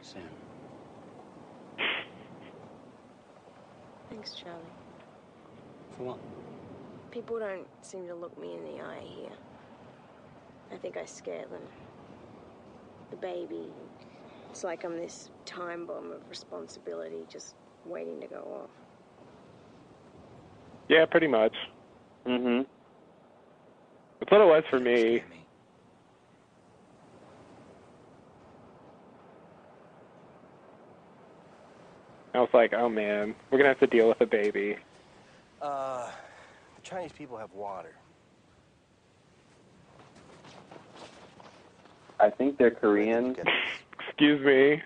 [SPEAKER 7] Soon.
[SPEAKER 8] Thanks, Charlie.
[SPEAKER 7] For what?
[SPEAKER 8] People don't seem to look me in the eye here. I think I scare them. The baby. It's like I'm this time bomb of responsibility just waiting to go off.
[SPEAKER 2] Yeah, pretty much.
[SPEAKER 1] Mm-hmm.
[SPEAKER 2] That's what it was for me. I was like, oh man, we're gonna have to deal with a baby.
[SPEAKER 7] Uh, the Chinese people have water.
[SPEAKER 1] I think they're Korean.
[SPEAKER 2] Excuse me.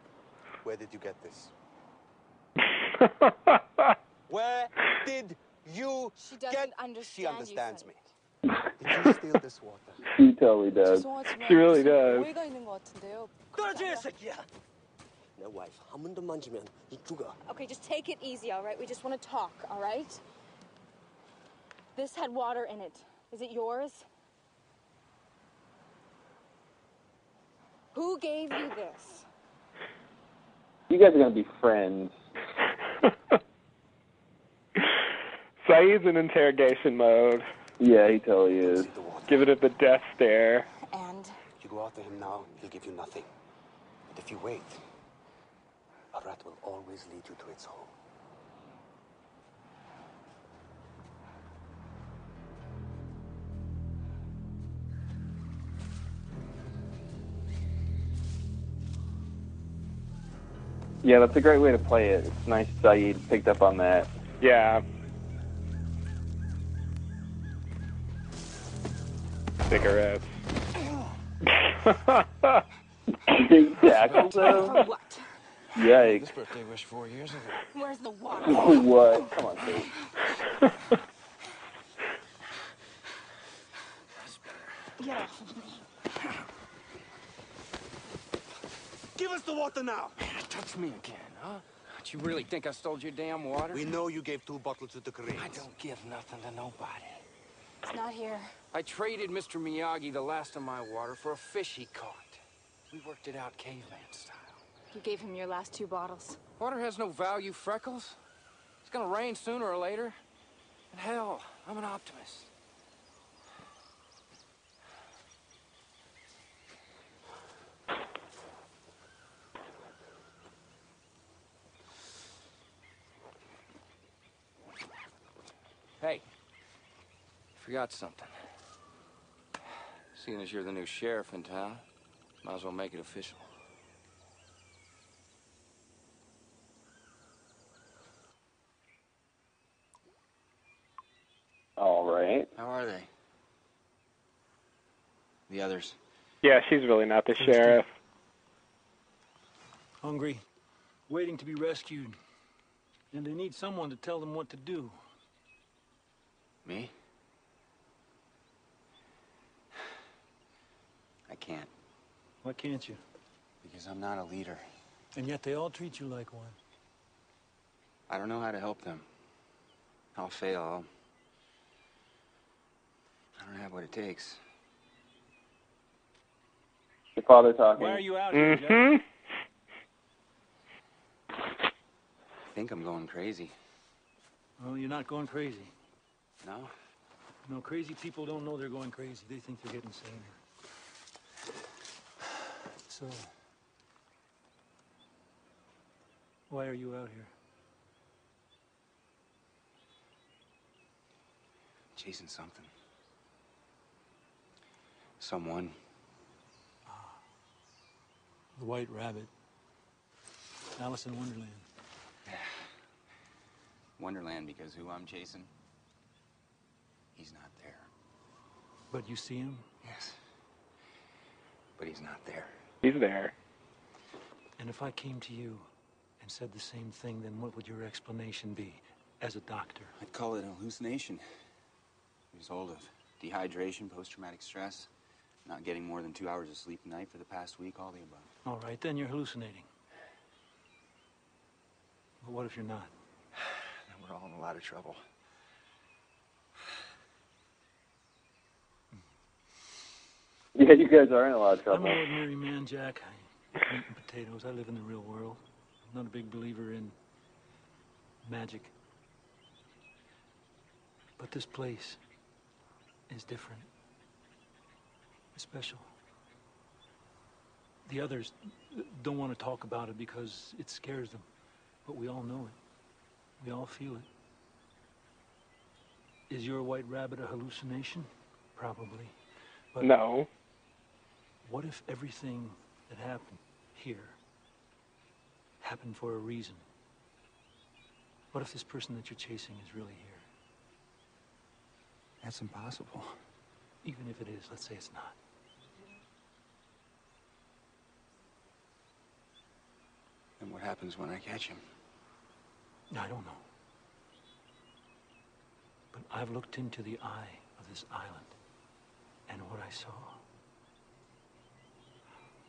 [SPEAKER 16] Where did you get this?
[SPEAKER 5] Where did you
[SPEAKER 19] She doesn't
[SPEAKER 5] get?
[SPEAKER 19] understand
[SPEAKER 5] She understands me.
[SPEAKER 16] Did you steal this water?
[SPEAKER 1] She totally does.
[SPEAKER 19] 죄송하지만
[SPEAKER 2] She really
[SPEAKER 19] 무슨
[SPEAKER 2] does.
[SPEAKER 19] 오해가 있는 것 같은데요.
[SPEAKER 5] 내 와이프 한 번도 만지면 이 죽어.
[SPEAKER 14] Okay, just take it easy, all right? We just want to talk, all right? This had water in it. Is it yours? Who gave you this?
[SPEAKER 1] You guys are gonna be friends.
[SPEAKER 2] Saeed's in interrogation mode.
[SPEAKER 1] Yeah, he totally is.
[SPEAKER 2] Giving it the death stare.
[SPEAKER 14] And
[SPEAKER 16] You go after him now, he'll give you nothing. But if you wait, a rat will always lead you to its home.
[SPEAKER 1] Yeah, that's a great way to play it. It's nice Saeed picked up on that.
[SPEAKER 2] Yeah. Cigarettes.
[SPEAKER 1] Big tackle though.
[SPEAKER 13] What?
[SPEAKER 1] Yikes.
[SPEAKER 5] This birthday wish four years ago.
[SPEAKER 13] Where's the water?
[SPEAKER 1] what? Come on, dude.
[SPEAKER 13] Get off of me.
[SPEAKER 5] Give us the water now.
[SPEAKER 7] Touch me again, huh?
[SPEAKER 5] Do you really think I stole your damn water?
[SPEAKER 7] We
[SPEAKER 5] know you gave two bottles to the Koreans.
[SPEAKER 7] I don't give nothing to nobody.
[SPEAKER 14] it's not here.
[SPEAKER 5] I traded Mr. Miyagi the last of my water for a fish he caught. We worked it out caveman style.
[SPEAKER 14] You gave him your last two bottles.
[SPEAKER 5] Water has no value, Freckles. It's gonna rain sooner or later. And hell, I'm an optimist. Hey, forgot something. Seeing as you're the new sheriff in town, might as well make it official.
[SPEAKER 1] All right.
[SPEAKER 7] How are they? The others.
[SPEAKER 2] Yeah, she's really not the sheriff.
[SPEAKER 20] Hungry, waiting to be rescued. And they need someone to tell them what to do.
[SPEAKER 7] Me? I can't.
[SPEAKER 20] Why can't you?
[SPEAKER 7] Because I'm not a leader.
[SPEAKER 20] And yet they all treat you like one.
[SPEAKER 7] I don't know how to help them. I'll fail. I'll... I will fail i do not have what it takes.
[SPEAKER 1] Your father talking.
[SPEAKER 20] Why are you out here, Jeff?
[SPEAKER 7] I think I'm going crazy.
[SPEAKER 20] Well, you're not going crazy.
[SPEAKER 7] No?
[SPEAKER 20] No, crazy people don't know they're going crazy. They think they're getting saner. So, why are you out here?
[SPEAKER 7] Chasing something. Someone.
[SPEAKER 20] The White Rabbit. Alice in Wonderland.
[SPEAKER 7] Wonderland because who I'm chasing, he's not there.
[SPEAKER 20] But you see him,
[SPEAKER 7] Yes. But he's not there.
[SPEAKER 2] He's there.
[SPEAKER 20] and if I came to you and said the same thing, then what would your explanation be as a doctor?
[SPEAKER 7] I'd call it a hallucination. Result of dehydration, post traumatic stress, not getting more than two hours of sleep a night for the past week, all the above.
[SPEAKER 20] All right, then you're hallucinating. But what if you're not?
[SPEAKER 7] Then we're all in a lot of trouble.
[SPEAKER 1] Yeah, you guys are in a lot of
[SPEAKER 20] I'm
[SPEAKER 1] trouble.
[SPEAKER 20] an ordinary man, Jack. I eat meat and potatoes. I live in the real world. I'm not a big believer in magic. But this place is different. It's special. The others uh, don't want to talk about it because it scares them. But we all know it. We all feel it. Is your white rabbit a hallucination? Probably. But
[SPEAKER 2] No.
[SPEAKER 20] what if everything that happened here happened for a reason? What if this person that you're chasing is really here?
[SPEAKER 7] That's impossible.
[SPEAKER 20] Even if it is, let's say it's not.
[SPEAKER 7] And what happens when I catch him?
[SPEAKER 20] I don't know. But I've looked into the eye of this island, and what I saw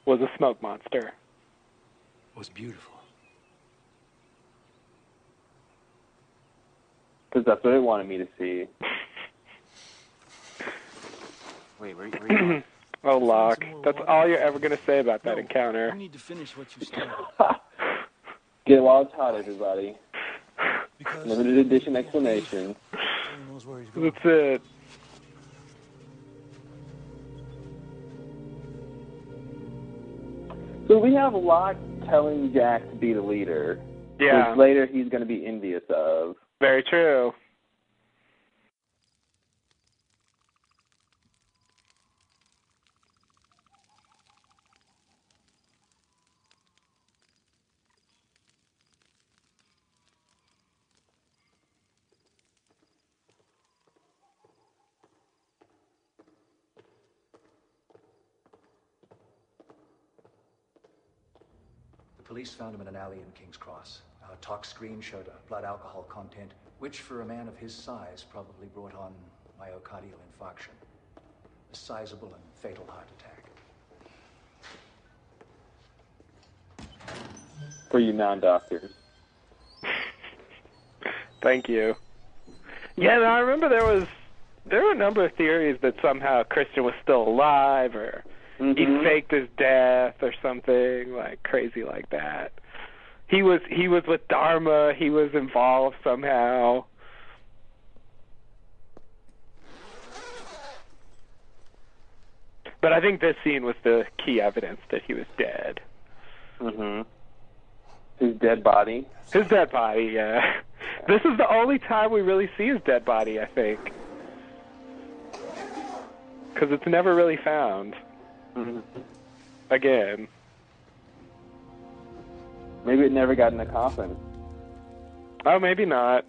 [SPEAKER 2] Was a smoke monster.
[SPEAKER 20] was beautiful.
[SPEAKER 1] Because that's what they wanted me to see.
[SPEAKER 7] Wait, where, where you going?
[SPEAKER 2] Oh, Locke. That's all you're ever going to say about that encounter.
[SPEAKER 20] You need to finish what you started.
[SPEAKER 1] Get logs hot, everybody.
[SPEAKER 20] Because
[SPEAKER 1] Limited edition explanation.
[SPEAKER 20] Who knows where he's going?
[SPEAKER 2] That's it.
[SPEAKER 1] So we have Locke telling Jack to be the leader.
[SPEAKER 2] Yeah.
[SPEAKER 1] Which later he's going to be envious of.
[SPEAKER 2] Very true.
[SPEAKER 21] The police found him in an alley in King's Cross. Our talk screen showed a blood alcohol content, which for a man of his size probably brought on myocardial infarction, a sizable and fatal heart attack.
[SPEAKER 1] For you non doctors.
[SPEAKER 2] Thank you. Yeah, no, I remember there was there were a number of theories that somehow Christian was still alive or he faked his death or something like crazy like that. He was he was with Dharma. He was involved somehow. But I think this scene was the key evidence that he was dead.
[SPEAKER 1] Mm hmm. His dead body.
[SPEAKER 2] His dead uh, body, yeah. This is the only time we really see his dead body, I think. because it's never really found. Again.
[SPEAKER 1] Maybe it never got in a coffin.
[SPEAKER 2] Oh, maybe not.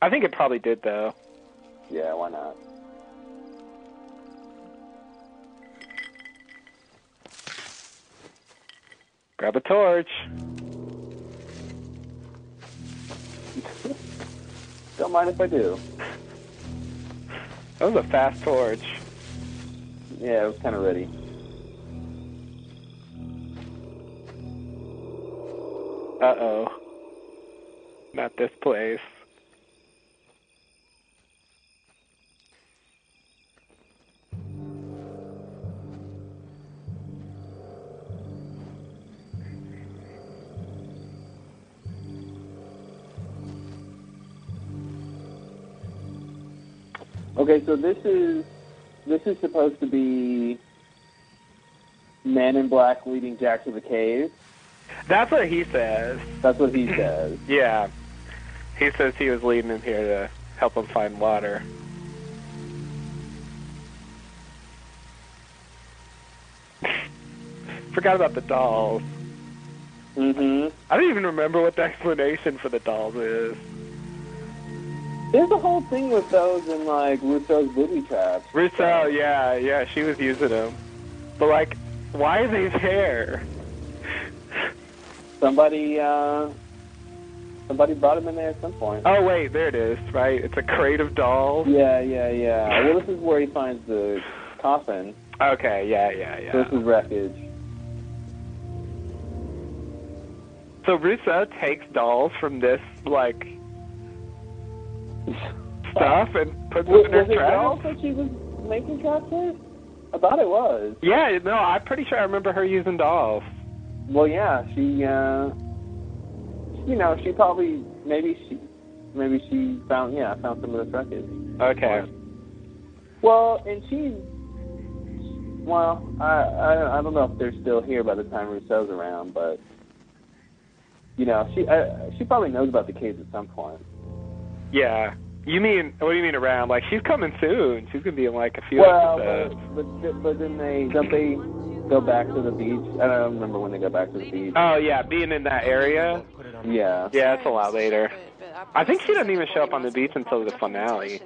[SPEAKER 2] I think it probably did, though.
[SPEAKER 1] Yeah, why not?
[SPEAKER 2] Grab a torch.
[SPEAKER 1] Don't mind if I do.
[SPEAKER 2] That was a fast torch.
[SPEAKER 1] Yeah, it was kind of ready.
[SPEAKER 2] Uh oh. Not this place.
[SPEAKER 1] Okay, so this is this is supposed to be Man in Black leading Jack to the cave.
[SPEAKER 2] That's what he says.
[SPEAKER 1] That's what he says.
[SPEAKER 2] Yeah. He says he was leading him here to help him find water. Forgot about the dolls.
[SPEAKER 1] hmm
[SPEAKER 2] I don't even remember what the explanation for the dolls is.
[SPEAKER 1] There's a whole thing with those in like Russo's booby traps.
[SPEAKER 2] Russo, yeah, yeah, she was using them. But like, why are they there?
[SPEAKER 1] Somebody, uh, somebody brought him in there at some point.
[SPEAKER 2] Oh wait, there it is. Right, it's a crate of dolls.
[SPEAKER 1] Yeah, yeah, yeah. Well, this is where he finds the coffin.
[SPEAKER 2] Okay, yeah, yeah, yeah.
[SPEAKER 1] This is wreckage.
[SPEAKER 2] So Russo takes dolls from this like stuff and puts
[SPEAKER 1] was,
[SPEAKER 2] them in her
[SPEAKER 1] was it
[SPEAKER 2] trap.
[SPEAKER 1] Ralph that she was making traps with? I thought it was.
[SPEAKER 2] Yeah, no, I'm pretty sure I remember her using dolls.
[SPEAKER 1] Well, yeah, she, uh, you know, she probably, maybe she, maybe she found, yeah, found some of this wreckage.
[SPEAKER 2] Okay.
[SPEAKER 1] Well, and she's, well, I, I, I don't know if they're still here by the time Rousseau's around, but, you know, she, uh, she probably knows about the case at some point.
[SPEAKER 2] Yeah. You mean what do you mean around? Like she's coming soon. She's gonna be in like a few
[SPEAKER 1] well,
[SPEAKER 2] episodes.
[SPEAKER 1] but, but but then they don't they go back to the beach? I don't remember when they go back to the beach.
[SPEAKER 2] Oh yeah, being in that area.
[SPEAKER 1] Yeah.
[SPEAKER 2] Yeah, it's a lot later. I think she doesn't even show up on the beach until the finale.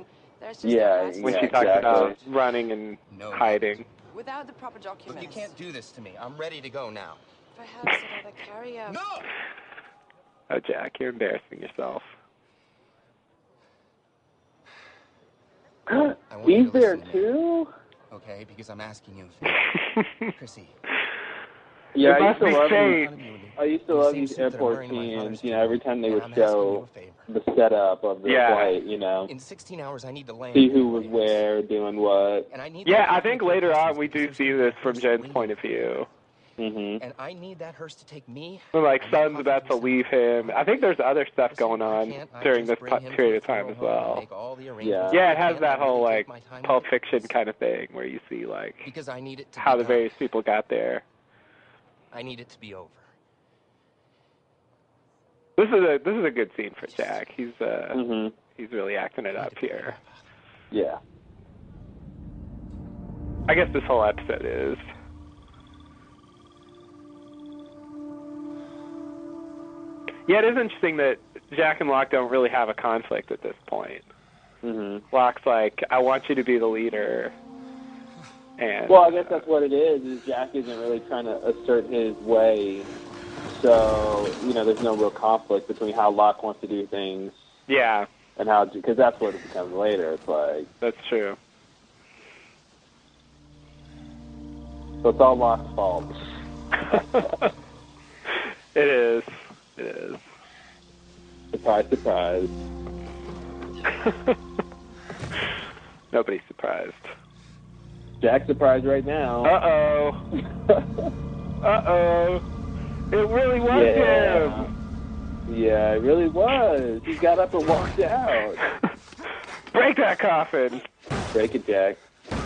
[SPEAKER 1] Yeah,
[SPEAKER 2] When
[SPEAKER 1] yeah,
[SPEAKER 2] she talks
[SPEAKER 1] exactly.
[SPEAKER 2] about running and hiding.
[SPEAKER 19] Without the proper
[SPEAKER 16] Look,
[SPEAKER 19] documents.
[SPEAKER 16] you can't do this to me. I'm ready to go now.
[SPEAKER 19] Perhaps another carrier. No!
[SPEAKER 2] Oh Jack, you're embarrassing yourself.
[SPEAKER 16] I want you
[SPEAKER 1] He's
[SPEAKER 16] to
[SPEAKER 1] there
[SPEAKER 16] listen to me,
[SPEAKER 1] too.
[SPEAKER 16] Okay, because I'm asking you. a favor. Chrissy. You
[SPEAKER 1] Yeah, I
[SPEAKER 16] must
[SPEAKER 1] used to
[SPEAKER 16] be
[SPEAKER 1] love
[SPEAKER 16] saved.
[SPEAKER 1] these, I used to love these airport scenes. You know, every time they would show the setup of the
[SPEAKER 2] Yeah.
[SPEAKER 1] flight, you know,
[SPEAKER 16] In 16 hours, I need to land.
[SPEAKER 1] see who was where, doing what.
[SPEAKER 16] And I need
[SPEAKER 2] Yeah,
[SPEAKER 16] that
[SPEAKER 2] I
[SPEAKER 16] Hurst to
[SPEAKER 2] think
[SPEAKER 16] take
[SPEAKER 2] later
[SPEAKER 16] us,
[SPEAKER 2] on we do see this from Jen's point of view.
[SPEAKER 1] Mm-hmm.
[SPEAKER 16] And I need that hearse to take me.
[SPEAKER 2] When like Son's about to leave him. I think there's other stuff going on during this po- period of time as well.
[SPEAKER 16] All the
[SPEAKER 2] Yeah.
[SPEAKER 16] arrangements.
[SPEAKER 2] yeah, it has that whole like Pulp Fiction kind of thing where you see like
[SPEAKER 16] Because I need it to
[SPEAKER 2] how
[SPEAKER 16] be
[SPEAKER 2] the
[SPEAKER 16] done.
[SPEAKER 2] various people got there.
[SPEAKER 16] I need it to be over.
[SPEAKER 2] This is a this is a good scene for Jack. He's uh he's really acting it up here.
[SPEAKER 1] Yeah.
[SPEAKER 2] I guess this whole episode is. Yeah, it is interesting that Jack and Locke don't really have a conflict at this point.
[SPEAKER 1] Mm-hmm.
[SPEAKER 2] Locke's like, "I want you to be the leader," and
[SPEAKER 1] Well, I guess that's what it is. Is Jack isn't really trying to assert his way, so you know, there's no real conflict between how Locke wants to do things
[SPEAKER 2] yeah,
[SPEAKER 1] and how because that's what it becomes later. It's like
[SPEAKER 2] that's true.
[SPEAKER 1] so it's all Locke's fault.
[SPEAKER 2] It is. It is.
[SPEAKER 1] Surprise, surprise.
[SPEAKER 2] Nobody's surprised.
[SPEAKER 1] Jack's surprised right now.
[SPEAKER 2] Uh oh. uh oh. It really was
[SPEAKER 1] Yeah.
[SPEAKER 2] him.
[SPEAKER 1] Yeah, it really was. He got up and walked out.
[SPEAKER 2] Break that coffin.
[SPEAKER 1] Break it, Jack.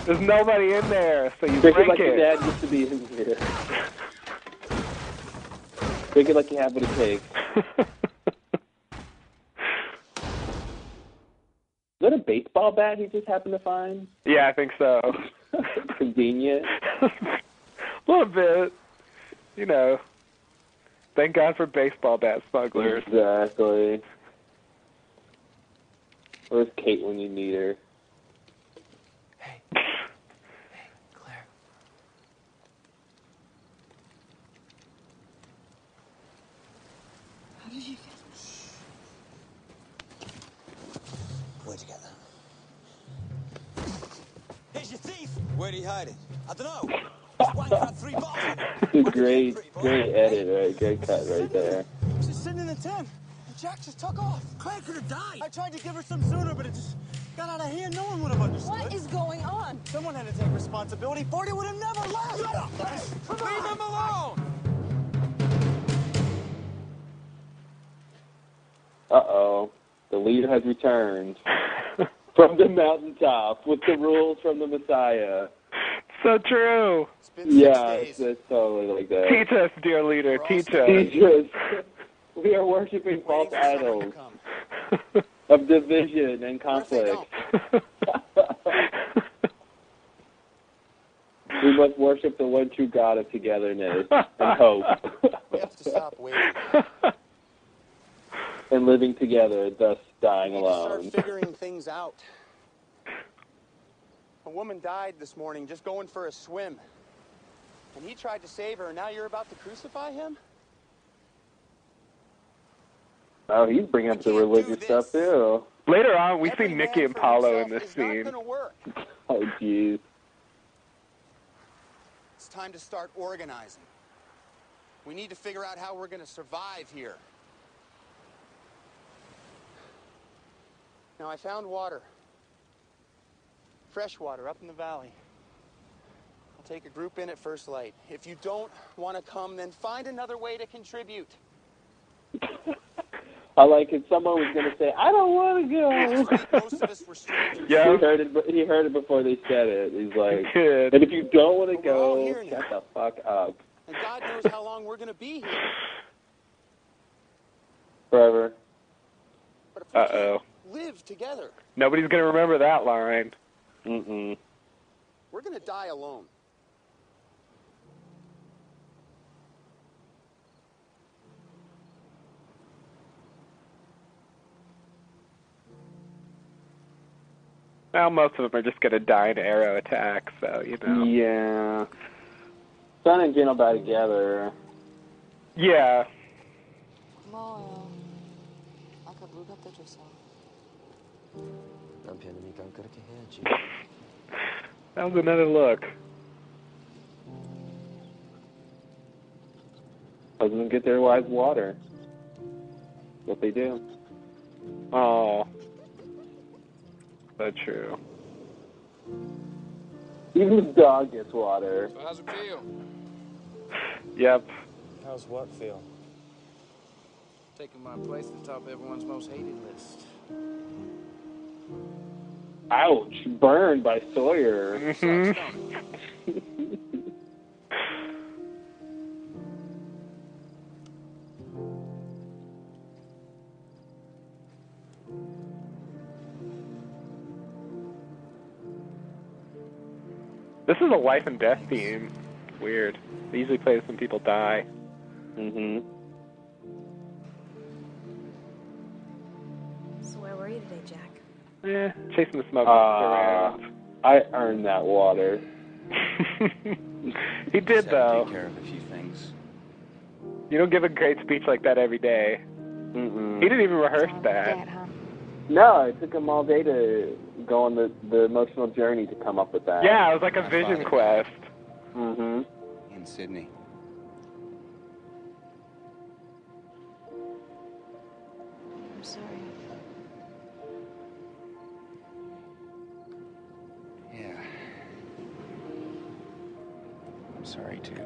[SPEAKER 2] There's nobody in there, so you
[SPEAKER 1] Break,
[SPEAKER 2] break
[SPEAKER 1] it like
[SPEAKER 2] it.
[SPEAKER 1] your dad used to be in here. Break it like you have what it takes. Look
[SPEAKER 2] that a baseball bat he just happened to find?
[SPEAKER 1] Yeah, I think so.
[SPEAKER 2] Convenient.
[SPEAKER 1] A little bit. You know. Thank God for baseball bat smugglers.
[SPEAKER 2] Exactly. Where's Kate when you need her?
[SPEAKER 22] How did you get this?
[SPEAKER 23] Where'd you get that? Here's your thief! Where'd he hide it? I don't know.
[SPEAKER 2] great, great edit, right? Great cut right there.
[SPEAKER 3] She's sitting in the tent. And Jack just took off. Claire could have died. I tried to give her some sooner, but it just got out of hand. No one would have understood. What is going on? Someone had to take responsibility. Forty would have never left. Shut up! Leave him alone!
[SPEAKER 2] Uh oh. The leader has returned from the mountaintop with the rules from the Messiah.
[SPEAKER 1] So true.
[SPEAKER 2] Yeah, it's, it's totally like that.
[SPEAKER 1] Teach us, dear leader. Teach us.
[SPEAKER 2] Teach us. We are worshiping false idols of division and conflict. we must worship the one true God of togetherness and hope.
[SPEAKER 3] We have to stop waiting.
[SPEAKER 2] and living together, thus dying
[SPEAKER 3] Start
[SPEAKER 2] alone.
[SPEAKER 3] figuring things out. A woman died this morning just going for a swim. And he tried to save her, and now you're about to crucify him?
[SPEAKER 2] Oh, he's bringing up the religious stuff too.
[SPEAKER 1] Later on, we see Nikki and Paolo in this scene.
[SPEAKER 2] Oh, jeez.
[SPEAKER 3] It's time to start organizing. We need to figure out how we're going to survive here. Now, I found water. Fresh water up in the valley. I'll take a group in at first light. If you don't want to come, then find another way to contribute.
[SPEAKER 2] I like it. Someone was gonna say, "I don't want to go."
[SPEAKER 1] Yeah.
[SPEAKER 2] he heard it. He heard it before they said it. He's like, "And if you don't want to go, shut the fuck up
[SPEAKER 3] And God knows how long we're going to be here.
[SPEAKER 2] forever."
[SPEAKER 1] Uh oh.
[SPEAKER 3] Live together.
[SPEAKER 1] Nobody's gonna remember that line.
[SPEAKER 2] Mm-mm.
[SPEAKER 3] We're going to die alone.
[SPEAKER 1] Now most of them are just gonna die in arrow attacks, so you know.
[SPEAKER 2] Yeah. Son and Jin will die together.
[SPEAKER 1] Yeah. That was another look.
[SPEAKER 2] Husbands get their wives water. What they do.
[SPEAKER 1] Oh. So true.
[SPEAKER 2] Even the dog gets water.
[SPEAKER 5] So how's it feel?
[SPEAKER 1] Yep.
[SPEAKER 5] How's what feel? Taking my place at the top of everyone's most hated list.
[SPEAKER 2] Ouch! Burned by Sawyer.
[SPEAKER 1] This is a life and death theme. Weird. They usually play this when people die.
[SPEAKER 2] Mm-hmm.
[SPEAKER 8] So where were you today, Jack?
[SPEAKER 1] Yeah, chasing the smugglers
[SPEAKER 2] Uh,
[SPEAKER 1] around.
[SPEAKER 2] I earned that water.
[SPEAKER 1] He did though.
[SPEAKER 10] Take care of a few things.
[SPEAKER 1] You don't give a great speech like that every day.
[SPEAKER 2] Mm-mm.
[SPEAKER 1] He didn't even rehearse that.
[SPEAKER 2] No, it took him all day to go on the, the emotional journey to come up with that.
[SPEAKER 1] Yeah, it was like a vision quest.
[SPEAKER 2] Mm-hmm.
[SPEAKER 10] In Sydney.
[SPEAKER 24] I'm sorry.
[SPEAKER 10] Yeah. I'm sorry too.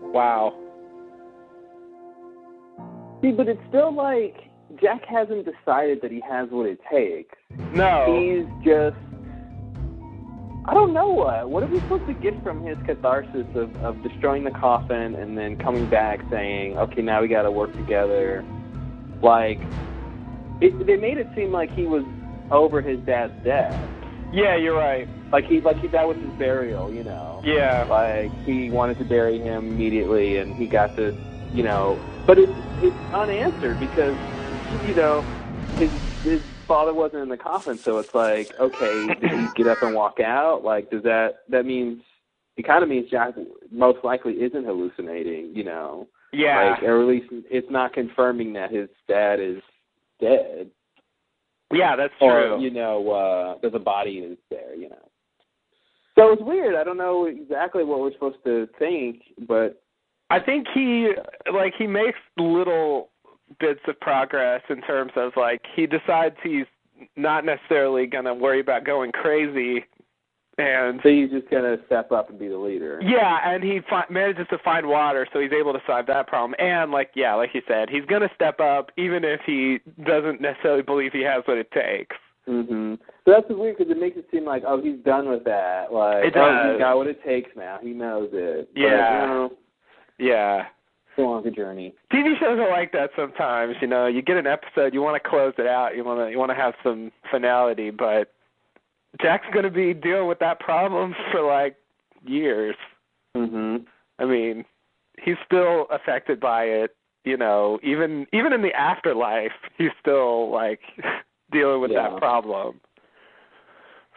[SPEAKER 1] Wow.
[SPEAKER 2] See, but it's still like Jack hasn't Oh. decided that he has what it takes.
[SPEAKER 1] No.
[SPEAKER 2] He's just
[SPEAKER 1] I don't know. Uh, what are we supposed to get from his catharsis of, of destroying the coffin and then coming back saying, okay, now we got to work together? Like, it, they made it seem like he was over his dad's death.
[SPEAKER 2] Yeah, you're right.
[SPEAKER 1] Like he, like he, that was his burial, you know.
[SPEAKER 2] Yeah.
[SPEAKER 1] Like he wanted to bury him immediately, and he got to, you know. But it's it's unanswered because, you know, his his father wasn't in the coffin, so it's like, okay, did he get up and walk out? Like, does that that means it kind of means Jack most likely isn't hallucinating, you know?
[SPEAKER 2] Yeah.
[SPEAKER 1] Like, or at least it's not confirming that his dad is dead.
[SPEAKER 2] Yeah, that's
[SPEAKER 1] or,
[SPEAKER 2] true.
[SPEAKER 1] You know, uh, there's a body is there, you know. So it's weird. I don't know exactly what we're supposed to think, but
[SPEAKER 2] I think he like he makes little bits of progress in terms of like he decides he's not necessarily going to worry about going crazy and
[SPEAKER 1] so he's just going to step up and be the leader.
[SPEAKER 2] Yeah, and he fi- manages to find water so he's able to solve that problem and like yeah, like you said, he's going to step up even if he doesn't necessarily believe he has what it takes.
[SPEAKER 1] Mhm. So that's weird because it makes it seem like oh he's done with that like
[SPEAKER 2] It
[SPEAKER 1] oh
[SPEAKER 2] does.
[SPEAKER 1] he got what it takes now he knows it But,
[SPEAKER 2] Yeah.
[SPEAKER 1] you know,
[SPEAKER 2] Yeah.
[SPEAKER 1] it's a longer journey
[SPEAKER 2] TV shows are like that sometimes. You know, you get an episode, you want to close it out, you want to you want to have some finality, but Jack's going to be dealing with that problem for like years.
[SPEAKER 1] Mhm.
[SPEAKER 2] I mean, he's still affected by it. You know, even even in the afterlife, he's still like dealing with
[SPEAKER 1] Yeah.
[SPEAKER 2] that problem.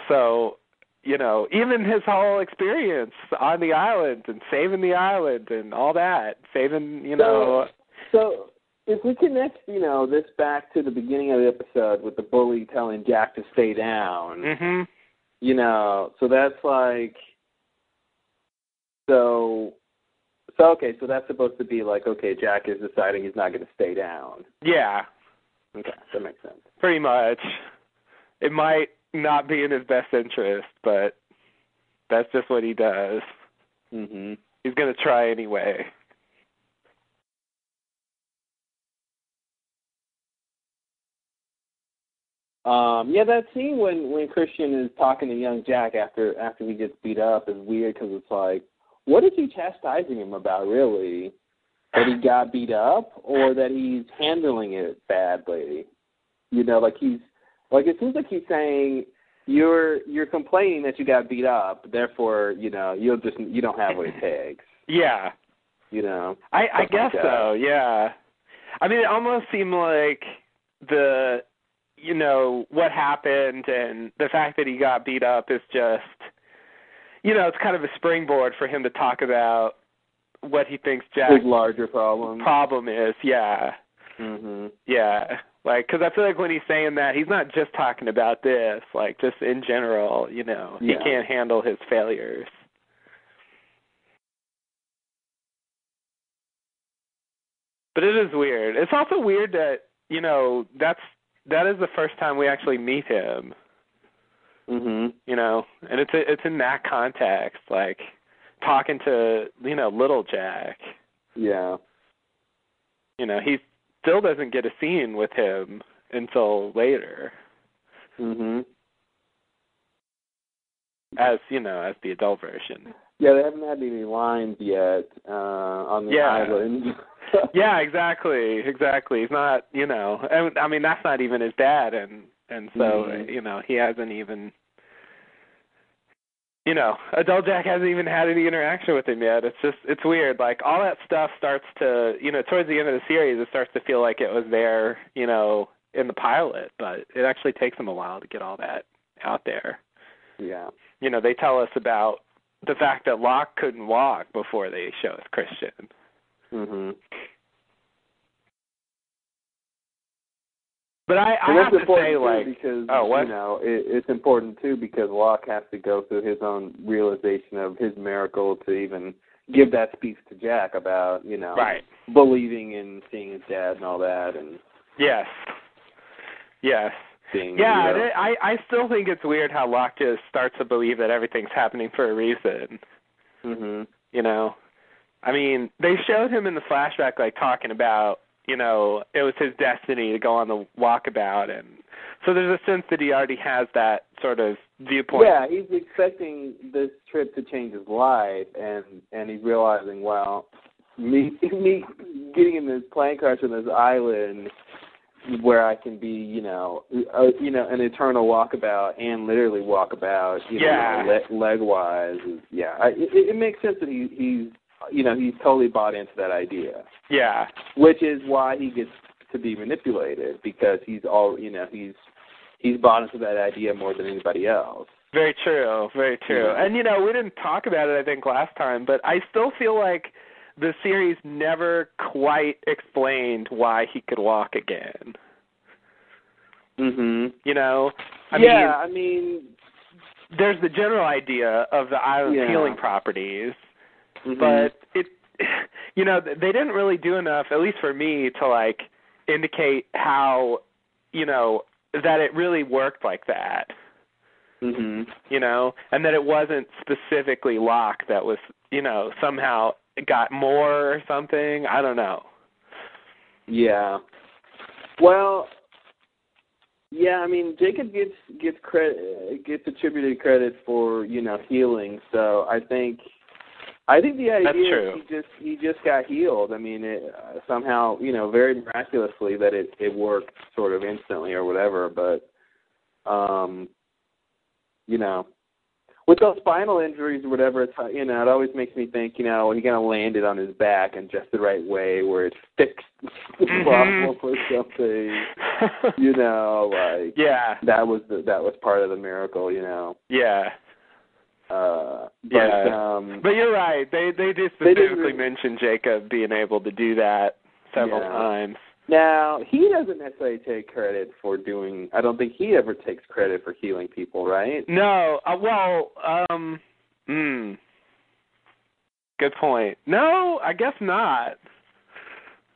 [SPEAKER 2] So, you know, even his whole experience on the island and saving the island and all that, saving, you
[SPEAKER 1] So-
[SPEAKER 2] know,
[SPEAKER 1] So if we connect, you know, this back to the beginning of the episode with the bully telling Jack to stay down,
[SPEAKER 2] Mhm.
[SPEAKER 1] you know, so that's like, so, so okay, so that's supposed to be like, okay, Jack is deciding he's not going to stay down.
[SPEAKER 2] Yeah,
[SPEAKER 1] Okay, that makes sense.
[SPEAKER 2] pretty much. It might not be in his best interest, but that's just what he does.
[SPEAKER 1] Mhm.
[SPEAKER 2] He's going to try anyway.
[SPEAKER 1] Um, yeah, that scene when when Christian is talking to young Jack after after he gets beat up is weird because it's like, what is he chastising him about really? That he got beat up, or that he's handling it badly? You know, like he's like it seems like he's saying you're you're complaining that you got beat up, therefore you know you'll just you don't have what it takes.
[SPEAKER 2] Yeah,
[SPEAKER 1] You know,
[SPEAKER 2] I I
[SPEAKER 1] Something like
[SPEAKER 2] guess
[SPEAKER 1] that.
[SPEAKER 2] so. Yeah, I mean, it almost seemed like the you know what happened and the fact that he got beat up is just you know it's kind of a springboard for him to talk about what he thinks Jack's
[SPEAKER 1] His larger problem.
[SPEAKER 2] problem is. Yeah.
[SPEAKER 1] hmm
[SPEAKER 2] Yeah, like because I feel like when he's saying that, he's not just talking about this. Like just in general, you know,
[SPEAKER 1] Yeah.
[SPEAKER 2] he can't handle his failures. But it is weird. It's also weird that you know that's that is the first time we actually meet him.
[SPEAKER 1] Mhm.
[SPEAKER 2] You know, and it's it's in that context, like talking to you know little Jack.
[SPEAKER 1] Yeah.
[SPEAKER 2] You know, he still doesn't get a scene with him until later.
[SPEAKER 1] Mhm.
[SPEAKER 2] as you know, as the adult version.
[SPEAKER 1] Yeah, they haven't had any lines yet uh, on the
[SPEAKER 2] Yeah.
[SPEAKER 1] island.
[SPEAKER 2] yeah, exactly, exactly. He's not, you know, and I mean that's not even his dad, and and so
[SPEAKER 1] Mhm.
[SPEAKER 2] you know he hasn't even, you know, adult Jack hasn't even had any interaction with him yet. It's just it's weird. Like all that stuff starts to, you know, towards the end of the series, it starts to feel like it was there, you know, in the pilot, but it actually takes him a while to get all that out there.
[SPEAKER 1] Yeah.
[SPEAKER 2] you know, they tell us about the fact that Locke couldn't walk before they show us Christian.
[SPEAKER 1] Mhm.
[SPEAKER 2] But I, I
[SPEAKER 1] And
[SPEAKER 2] have
[SPEAKER 1] that's
[SPEAKER 2] to
[SPEAKER 1] important
[SPEAKER 2] say,
[SPEAKER 1] too,
[SPEAKER 2] like,
[SPEAKER 1] because
[SPEAKER 2] oh, what?
[SPEAKER 1] you know, it, it's important too because Locke has to go through his own realization of his miracle to even give that speech to Jack about you know
[SPEAKER 2] right.
[SPEAKER 1] believing in seeing his dad and all that and
[SPEAKER 2] Yes. Yes.
[SPEAKER 1] being
[SPEAKER 2] Yeah,
[SPEAKER 1] you know,
[SPEAKER 2] it, I I still think it's weird how Locke just starts to believe that everything's happening for a reason.
[SPEAKER 1] Mhm.
[SPEAKER 2] You know, I mean, they showed him in the flashback like talking about, you know, it was his destiny to go on the walkabout, and so there's a sense that he already has that sort of viewpoint.
[SPEAKER 1] Yeah, he's expecting this trip to change his life, and and he's realizing, well, me me getting in this plane crash on this island where I can be, you know, uh, you know, an eternal walkabout and literally walkabout, you
[SPEAKER 2] Yeah.
[SPEAKER 1] know, le- leg wise. is- Yeah, I, it, it makes sense that he, he's, you know, he's totally bought into that idea,
[SPEAKER 2] Yeah.
[SPEAKER 1] which is why he gets to be manipulated because he's all, you know, he's he's bought into that idea more than anybody else.
[SPEAKER 2] Very true. Very true.
[SPEAKER 1] Yeah.
[SPEAKER 2] And you know, we didn't talk about it I think last time, but I still feel like the series never quite explained why he could walk again.
[SPEAKER 1] Mhm.
[SPEAKER 2] You know, I
[SPEAKER 1] yeah,
[SPEAKER 2] mean,
[SPEAKER 1] I mean,
[SPEAKER 2] there's the general idea of the island's
[SPEAKER 1] Yeah.
[SPEAKER 2] healing properties,
[SPEAKER 1] mhm.
[SPEAKER 2] but it, you know, th- they didn't really do enough, at least for me, to like indicate how, you know, that it really worked like that.
[SPEAKER 1] Mhm.
[SPEAKER 2] you know, and that it wasn't specifically Locke that was, you know, somehow got more or something. I don't know.
[SPEAKER 1] Yeah. Well, yeah, I mean Jacob gets gets credit gets attributed credit for you know healing. So I think I think the idea
[SPEAKER 2] That's
[SPEAKER 1] is
[SPEAKER 2] true.
[SPEAKER 1] he just he just got healed. I mean it, uh, somehow you know very miraculously that it it worked sort of instantly or whatever. But um, you know. With those spinal injuries or whatever, it's you know it always makes me think you know he kind of landed on his back in just the right way where it fixed the
[SPEAKER 2] Mhm.
[SPEAKER 1] problem or something you know, like
[SPEAKER 2] yeah,
[SPEAKER 1] that was the that was part of the miracle, you know.
[SPEAKER 2] yeah.
[SPEAKER 1] Uh but
[SPEAKER 2] Yeah.
[SPEAKER 1] um
[SPEAKER 2] But you're right. They they did
[SPEAKER 1] They didn't
[SPEAKER 2] specifically
[SPEAKER 1] really-
[SPEAKER 2] mention Jacob being able to do that several
[SPEAKER 1] Yeah.
[SPEAKER 2] times.
[SPEAKER 1] now he doesn't necessarily take credit for doing I don't think he ever takes credit for healing people, right?
[SPEAKER 2] No, uh, well, um, mm, good point. No, I guess not.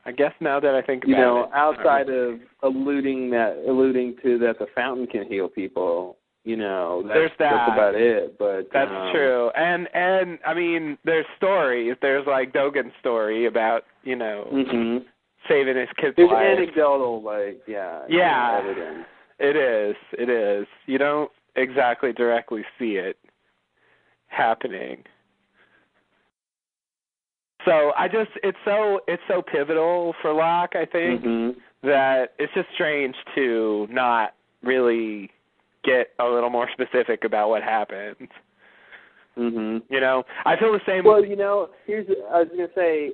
[SPEAKER 2] I guess now that I think
[SPEAKER 1] You
[SPEAKER 2] about
[SPEAKER 1] know,
[SPEAKER 2] it,
[SPEAKER 1] outside of alluding that alluding to that the fountain can heal people, you know, that's
[SPEAKER 2] There's that.
[SPEAKER 1] that's about it. But
[SPEAKER 2] That's
[SPEAKER 1] um,
[SPEAKER 2] true. And and I mean, there's stories. There's like Dogan's story about you know
[SPEAKER 1] Mhm.
[SPEAKER 2] saving his kid's
[SPEAKER 1] There's
[SPEAKER 2] life.
[SPEAKER 1] anecdotal like yeah. you know,
[SPEAKER 2] Yeah.
[SPEAKER 1] evidence.
[SPEAKER 2] It is. It is. You don't exactly directly see it happening. So I just it's so it's so pivotal for Locke, I think,
[SPEAKER 1] Mhm.
[SPEAKER 2] that it's just strange to not really get a little more specific about what happened.
[SPEAKER 1] Mhm.
[SPEAKER 2] You know, I feel the same
[SPEAKER 1] Well, you know, here's I was gonna say,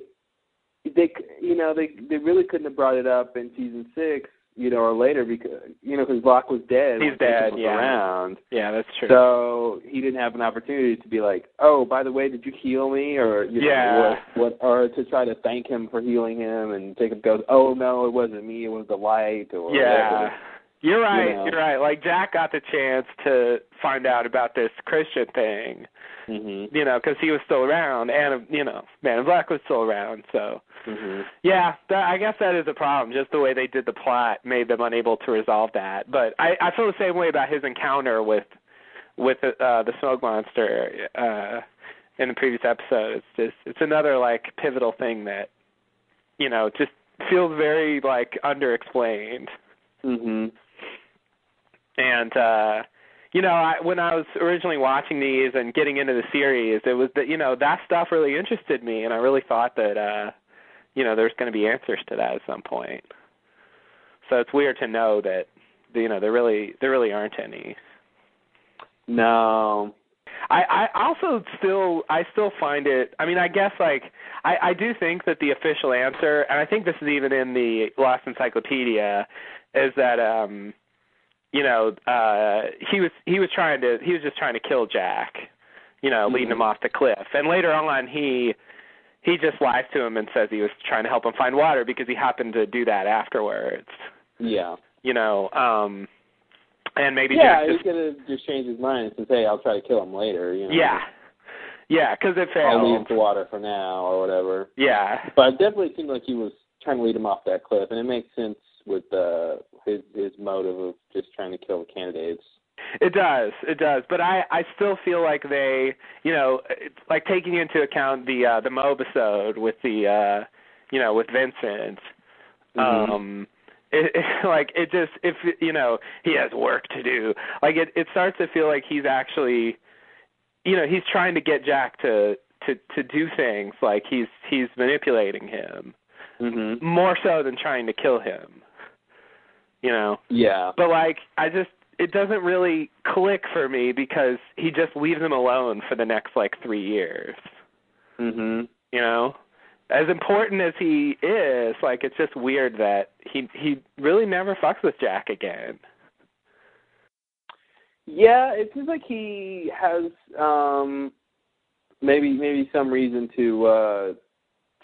[SPEAKER 1] they c you know they they really couldn't have brought it up in season six, you know, or later because you know because Locke was dead.
[SPEAKER 2] He's
[SPEAKER 1] when Jacob
[SPEAKER 2] dead,
[SPEAKER 1] Was
[SPEAKER 2] yeah.
[SPEAKER 1] Around.
[SPEAKER 2] Yeah, that's true.
[SPEAKER 1] So he didn't have an opportunity to be like, oh, by the way, did you heal me, or you know,
[SPEAKER 2] Yeah.
[SPEAKER 1] what, what, or to try to thank him for healing him, and Jacob goes, oh no, it wasn't me, it was the light, or
[SPEAKER 2] yeah.
[SPEAKER 1] whatever.
[SPEAKER 2] You're right.
[SPEAKER 1] know.
[SPEAKER 2] You're right. Like Jack got the chance to find out about this Christian thing,
[SPEAKER 1] Mhm.
[SPEAKER 2] you know, because he was still around, and you know, Man in Black was still around. So
[SPEAKER 1] Mhm.
[SPEAKER 2] yeah, that, I guess that is a problem. Just the way they did the plot made them unable to resolve that. But I, I feel the same way about his encounter with with uh, the smoke monster uh, in the previous episode. It's just it's another like pivotal thing that you know just feels very like underexplained.
[SPEAKER 1] Mhm.
[SPEAKER 2] and uh you know I, when i was originally watching these and getting into the series it was that you know that stuff really interested me and i really thought that uh you know there's going to be answers to that at some point so it's weird to know that you know there really there really aren't any
[SPEAKER 1] No.
[SPEAKER 2] I, I also still I still find it I mean I guess like I, I do think that the official answer and I think this is even in the Lost Encyclopedia is that um you know uh he was he was trying to he was just trying to kill Jack, you know, leading
[SPEAKER 1] Mm-hmm.
[SPEAKER 2] him off the cliff. And later on he he just lies to him and says he was trying to help him find water because he happened to do that afterwards.
[SPEAKER 1] Yeah.
[SPEAKER 2] You know, um and maybe
[SPEAKER 1] yeah,
[SPEAKER 2] Jack
[SPEAKER 1] he's
[SPEAKER 2] just
[SPEAKER 1] gonna just change his mind and say, hey, I'll try to kill him later. You know.
[SPEAKER 2] Yeah. Oh. Yeah, because it failed.
[SPEAKER 1] I'll lead him to water for now or whatever.
[SPEAKER 2] Yeah.
[SPEAKER 1] But it definitely seemed like he was trying to lead him off that cliff, and it makes sense with uh, his his motive of just trying to kill the candidates.
[SPEAKER 2] It does. It does. But I I still feel like they, you know, it's like taking into account the uh the Mobisode with the uh you know, with Vincent.
[SPEAKER 1] Mhm.
[SPEAKER 2] Um It, it, like it just if you know he has work to do. Like it it starts to feel like he's actually, you know, he's trying to get Jack to to to do things. Like he's he's manipulating him
[SPEAKER 1] Mm-hmm.
[SPEAKER 2] more so than trying to kill him. You know.
[SPEAKER 1] Yeah.
[SPEAKER 2] But like I just it doesn't really click for me because he just leaves him alone for the next like 3 years.
[SPEAKER 1] Mhm.
[SPEAKER 2] You know? As important as he is, like it's just weird that he he really never fucks with Jack again.
[SPEAKER 1] Yeah, it seems like he has um maybe maybe some reason to uh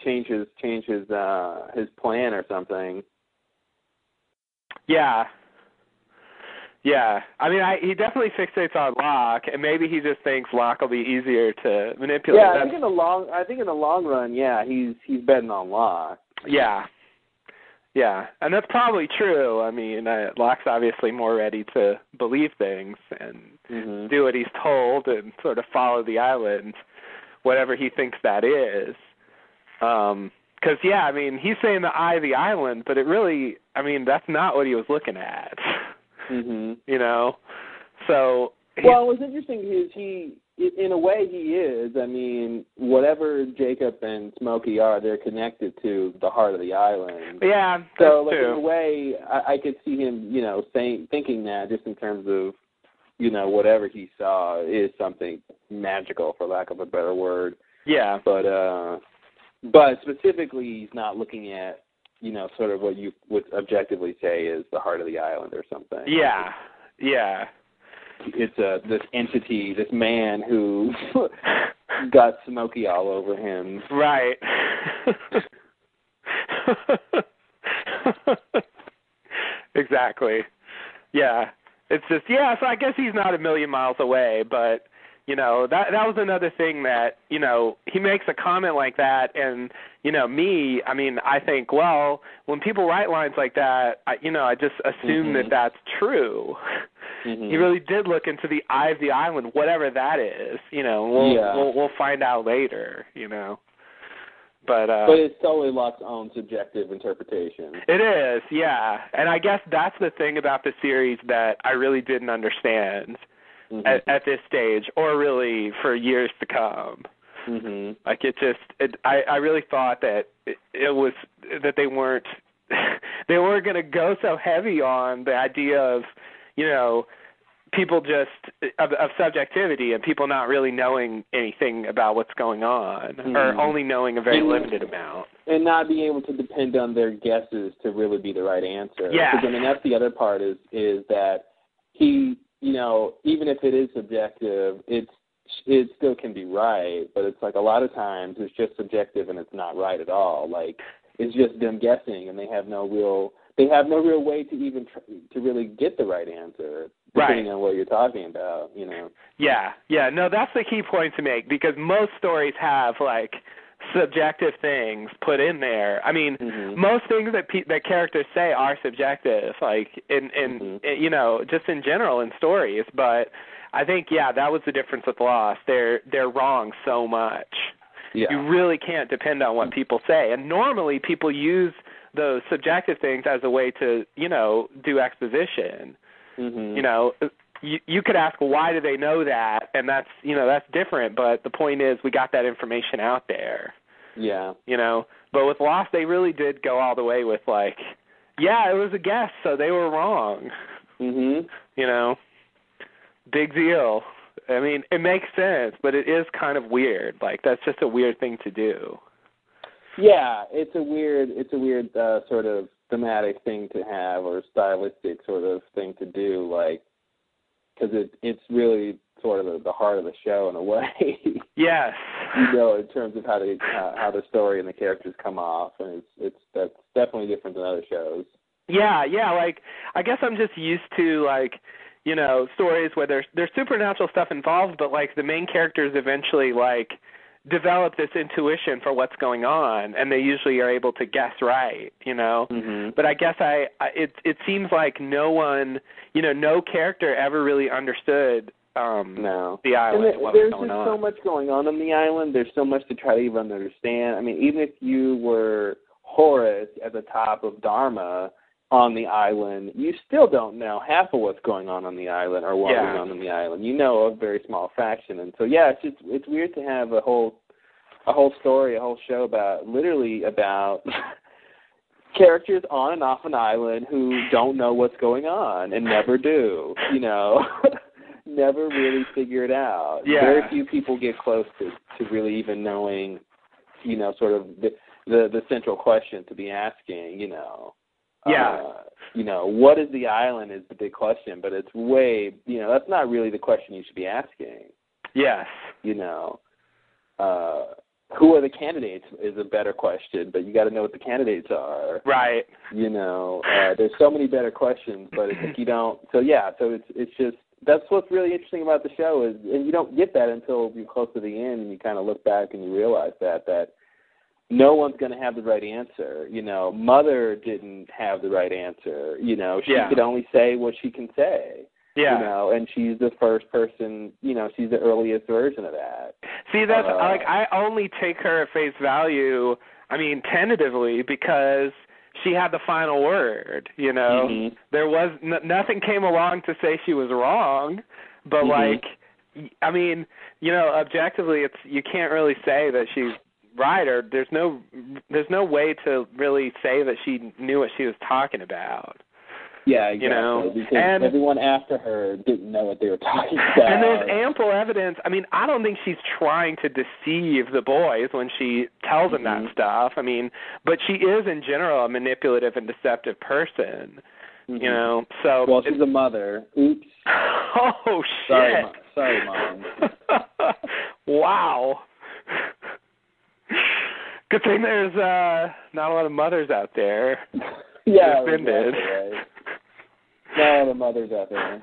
[SPEAKER 1] change his change his uh his plan or something.
[SPEAKER 2] Yeah. Yeah. I mean, I, he definitely fixates on Locke, and maybe he just thinks Locke will be easier to manipulate.
[SPEAKER 1] yeah, I
[SPEAKER 2] That's-
[SPEAKER 1] think in the long I think in the long run, yeah, he's he's betting on Locke.
[SPEAKER 2] Yeah. Yeah. And that's probably true. I mean, uh, Locke's obviously more ready to believe things and
[SPEAKER 1] Mhm.
[SPEAKER 2] do what he's told and sort of follow the island, whatever he thinks that is. Um 'cause yeah, I mean, he's saying the eye of the island, but it really, I mean, that's not what he was looking at,
[SPEAKER 1] Mhm.
[SPEAKER 2] you know? So. he-
[SPEAKER 1] Well, what's interesting is he, in a way, he is. I mean, whatever Jacob and Smokey are, they're connected to the heart of the island.
[SPEAKER 2] yeah, that's
[SPEAKER 1] So, like
[SPEAKER 2] true.
[SPEAKER 1] in a way, I, I could see him, you know, saying, thinking that just in terms of, you know, whatever he saw is something magical, for lack of a better word.
[SPEAKER 2] Yeah.
[SPEAKER 1] But, uh, but specifically, he's not looking at, you know, sort of what you would objectively say is the heart of the island or something
[SPEAKER 2] Yeah. Yeah.
[SPEAKER 1] it's uh this entity, this man who got smoky all over him.
[SPEAKER 2] Right. exactly. Yeah. It's just yeah, so I guess he's not a million miles away, but you know, that that was another thing that, you know, he makes a comment like that and, you know, me, I mean, I think, well, when people write lines like that, I, you know, I just assume that
[SPEAKER 1] Mhm.
[SPEAKER 2] that's true. He really did look into the eye of the island, whatever that is, you know, we'll
[SPEAKER 1] Yeah.
[SPEAKER 2] we'll, we'll find out later, you know. But uh
[SPEAKER 1] but it's totally Locke's own subjective interpretation.
[SPEAKER 2] It is, yeah. And I guess that's the thing about the series that I really didn't understand at, at this stage, or really for years to come.
[SPEAKER 1] hmm
[SPEAKER 2] Like it just, it, I I really thought that it, it was that they weren't they weren't going to go so heavy on the idea of you know people just of, of subjectivity and people not really knowing anything about what's going on
[SPEAKER 1] Mhm.
[SPEAKER 2] or only knowing a very
[SPEAKER 1] Mhm.
[SPEAKER 2] limited amount.
[SPEAKER 1] And not being able to depend on their guesses to really be the right answer.
[SPEAKER 2] Yeah.
[SPEAKER 1] 'Cause, I mean that's the other part is is that he, you know, even if it is subjective, it's it still can be right, but it's like a lot of times it's just subjective and it's not right at all. Like it's just them guessing and they have no real they have no real way to even tr- to really get the right answer depending
[SPEAKER 2] Right.
[SPEAKER 1] on what you're talking about you know
[SPEAKER 2] Yeah, yeah. No, that's the key point to make because most stories have like subjective things put in there. I mean, most things that pe- that characters say are subjective, like in in eh, you know just in general in stories. But I think yeah, that was the difference with Lost. They're they're wrong so much.
[SPEAKER 1] yeah
[SPEAKER 2] You really can't depend on what people say, and normally people use those subjective things as a way to you know do exposition
[SPEAKER 1] hmm
[SPEAKER 2] you know you you could ask why do they know that and that's you know that's different but the point is we got that information out there
[SPEAKER 1] yeah
[SPEAKER 2] you know but with lost they really did go all the way with like yeah it was a guess so they were wrong
[SPEAKER 1] mhm
[SPEAKER 2] you know big deal i mean it makes sense but it is kind of weird like that's just a weird thing to do
[SPEAKER 1] yeah it's a weird it's a weird uh, sort of thematic thing to have or stylistic sort of thing to do like because it it's really sort of the, the heart of the show in a way
[SPEAKER 2] yes
[SPEAKER 1] you know in terms of how the how, how the story and the characters come off and it's it's that's definitely different than other shows
[SPEAKER 2] Yeah, yeah. Like I guess I'm just used to like you know stories where there's there's supernatural stuff involved, but like the main characters eventually like develop this intuition for what's going on, and they usually are able to guess right. You know.
[SPEAKER 1] mhm
[SPEAKER 2] But I guess I, I it it seems like no one you know no character ever really understood um
[SPEAKER 1] no
[SPEAKER 2] the island
[SPEAKER 1] And
[SPEAKER 2] and what was
[SPEAKER 1] there's
[SPEAKER 2] going
[SPEAKER 1] just
[SPEAKER 2] on.
[SPEAKER 1] so much going on on the island. There's so much to try to even understand. I mean, even if you were Horus at the top of Dharma, on the island, you still don't know half of what's going on on the island or what
[SPEAKER 2] Yeah.
[SPEAKER 1] went on on the island. You know a very small fraction, and so yeah, it's just it's weird to have a whole a whole story, a whole show about literally about characters on and off an island who don't know what's going on and never do. You know. never really figure it out.
[SPEAKER 2] Yeah.
[SPEAKER 1] Very few people get close to to really even knowing, you know, sort of the the, the central question to be asking, you know.
[SPEAKER 2] Yeah.
[SPEAKER 1] Uh, you know, what is the island is the big question, but it's way, you know, that's not really the question you should be asking,
[SPEAKER 2] Yes.
[SPEAKER 1] you know. Uh who are the candidates is a better question, but you got to know what the candidates are
[SPEAKER 2] Right.
[SPEAKER 1] you know uh, there's so many better questions but it's like you don't so yeah so it's it's just that's what's really interesting about the show is and you don't get that until you're close to the end and you kind of look back and you realize that that no one's going to have the right answer you know mother didn't have the right answer you know she
[SPEAKER 2] Yeah.
[SPEAKER 1] could only say what she can say
[SPEAKER 2] Yeah.
[SPEAKER 1] you know and she's the first person you know she's the earliest version of that
[SPEAKER 2] See, that's
[SPEAKER 1] Uh,
[SPEAKER 2] like I only take her at face value. I mean, tentatively because she had the final word. You know,
[SPEAKER 1] Mhm.
[SPEAKER 2] there was n- nothing came along to say she was wrong, but
[SPEAKER 1] Mhm.
[SPEAKER 2] like, y- I mean, you know, objectively, it's you can't really say that she's right or there's no there's no way to really say that she knew what she was talking about.
[SPEAKER 1] yeah exactly
[SPEAKER 2] You know,
[SPEAKER 1] because
[SPEAKER 2] and-
[SPEAKER 1] everyone after her didn't know what they were talking about
[SPEAKER 2] And there's ample evidence. I mean, I don't think she's trying to deceive the boys when she tells them
[SPEAKER 1] Mm-hmm.
[SPEAKER 2] that stuff. I mean, but she is in general a manipulative and deceptive person.
[SPEAKER 1] Mhm.
[SPEAKER 2] You know, so
[SPEAKER 1] well
[SPEAKER 2] it's-
[SPEAKER 1] she's a mother oops
[SPEAKER 2] oh shit!
[SPEAKER 1] Sorry, Mom. Sorry, Mom.
[SPEAKER 2] wow. Good thing there's uh not a lot of mothers out there.
[SPEAKER 1] Yeah,
[SPEAKER 2] Offended.
[SPEAKER 1] exactly right. Now the mother's out there.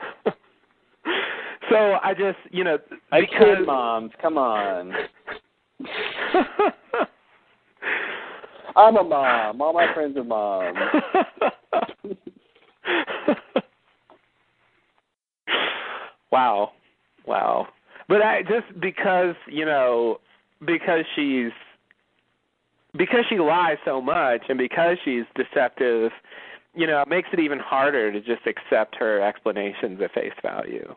[SPEAKER 2] So I just, you know,
[SPEAKER 1] I
[SPEAKER 2] because
[SPEAKER 1] kid moms, come on. I'm a mom. All my friends are moms.
[SPEAKER 2] wow, wow. But I just because you know because she's because she lies so much and because she's deceptive, you know, it makes it even harder to just accept her explanations at face value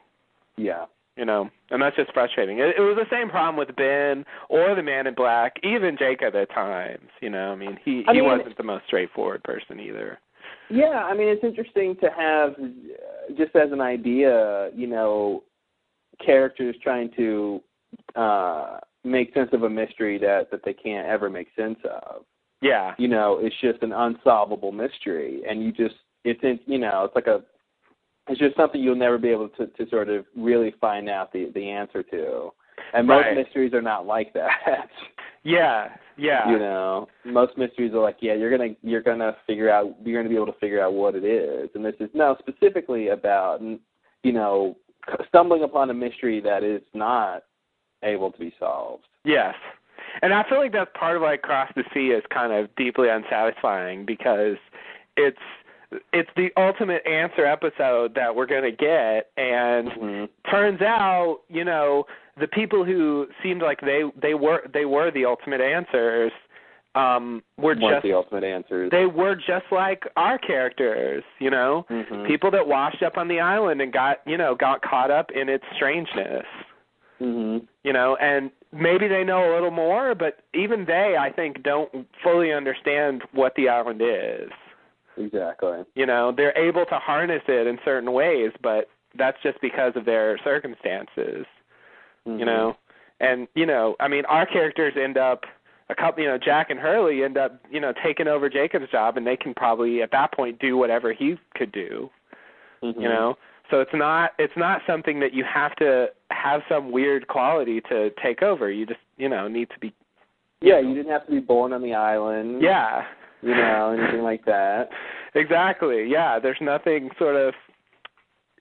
[SPEAKER 1] Yeah.
[SPEAKER 2] you know, and that's just frustrating. It, it was the same problem with Ben or the Man in Black, even Jacob at times. You know, I mean, he
[SPEAKER 1] I
[SPEAKER 2] he
[SPEAKER 1] mean-
[SPEAKER 2] wasn't the most straightforward person either.
[SPEAKER 1] Yeah, I mean it's interesting to have uh, just as an idea, you know, characters trying to uh make sense of a mystery that that they can't ever make sense of.
[SPEAKER 2] Yeah,
[SPEAKER 1] you know it's just an unsolvable mystery and you just it's in, you know it's like a it's just something you'll never be able to to sort of really find out the the answer to and most
[SPEAKER 2] Right.
[SPEAKER 1] mysteries are not like that
[SPEAKER 2] yeah, yeah,
[SPEAKER 1] you know most mysteries are like yeah you're going to you're going to figure out you're going to be able to figure out what it is and this is no specifically about you know stumbling upon a mystery that is not able to be solved
[SPEAKER 2] yes. And I feel like that's part of why Cross the Sea is kind of deeply unsatisfying because it's it's the ultimate answer episode that we're going to get and
[SPEAKER 1] Mm-hmm.
[SPEAKER 2] turns out you know the people who seemed like they they were they were the ultimate answers um were
[SPEAKER 1] Weren't
[SPEAKER 2] just
[SPEAKER 1] the ultimate answers
[SPEAKER 2] they were just like our characters you know
[SPEAKER 1] Mhm.
[SPEAKER 2] people that washed up on the island and got you know got caught up in its strangeness
[SPEAKER 1] mhm
[SPEAKER 2] you know and maybe they know a little more but even they i think don't fully understand what the island is
[SPEAKER 1] exactly
[SPEAKER 2] you know they're able to harness it in certain ways but that's just because of their circumstances you
[SPEAKER 1] Mhm.
[SPEAKER 2] know and you know i mean our characters end up a couple you know jack and hurley end up you know taking over jacob's job and they can probably at that point do whatever he could do
[SPEAKER 1] Mhm.
[SPEAKER 2] you know so it's not it's not something that you have to have some weird quality to take over you just you know need to be
[SPEAKER 1] Yeah, you didn't have to be born on the island.
[SPEAKER 2] yeah
[SPEAKER 1] You know, anything like that.
[SPEAKER 2] exactly yeah there's nothing sort of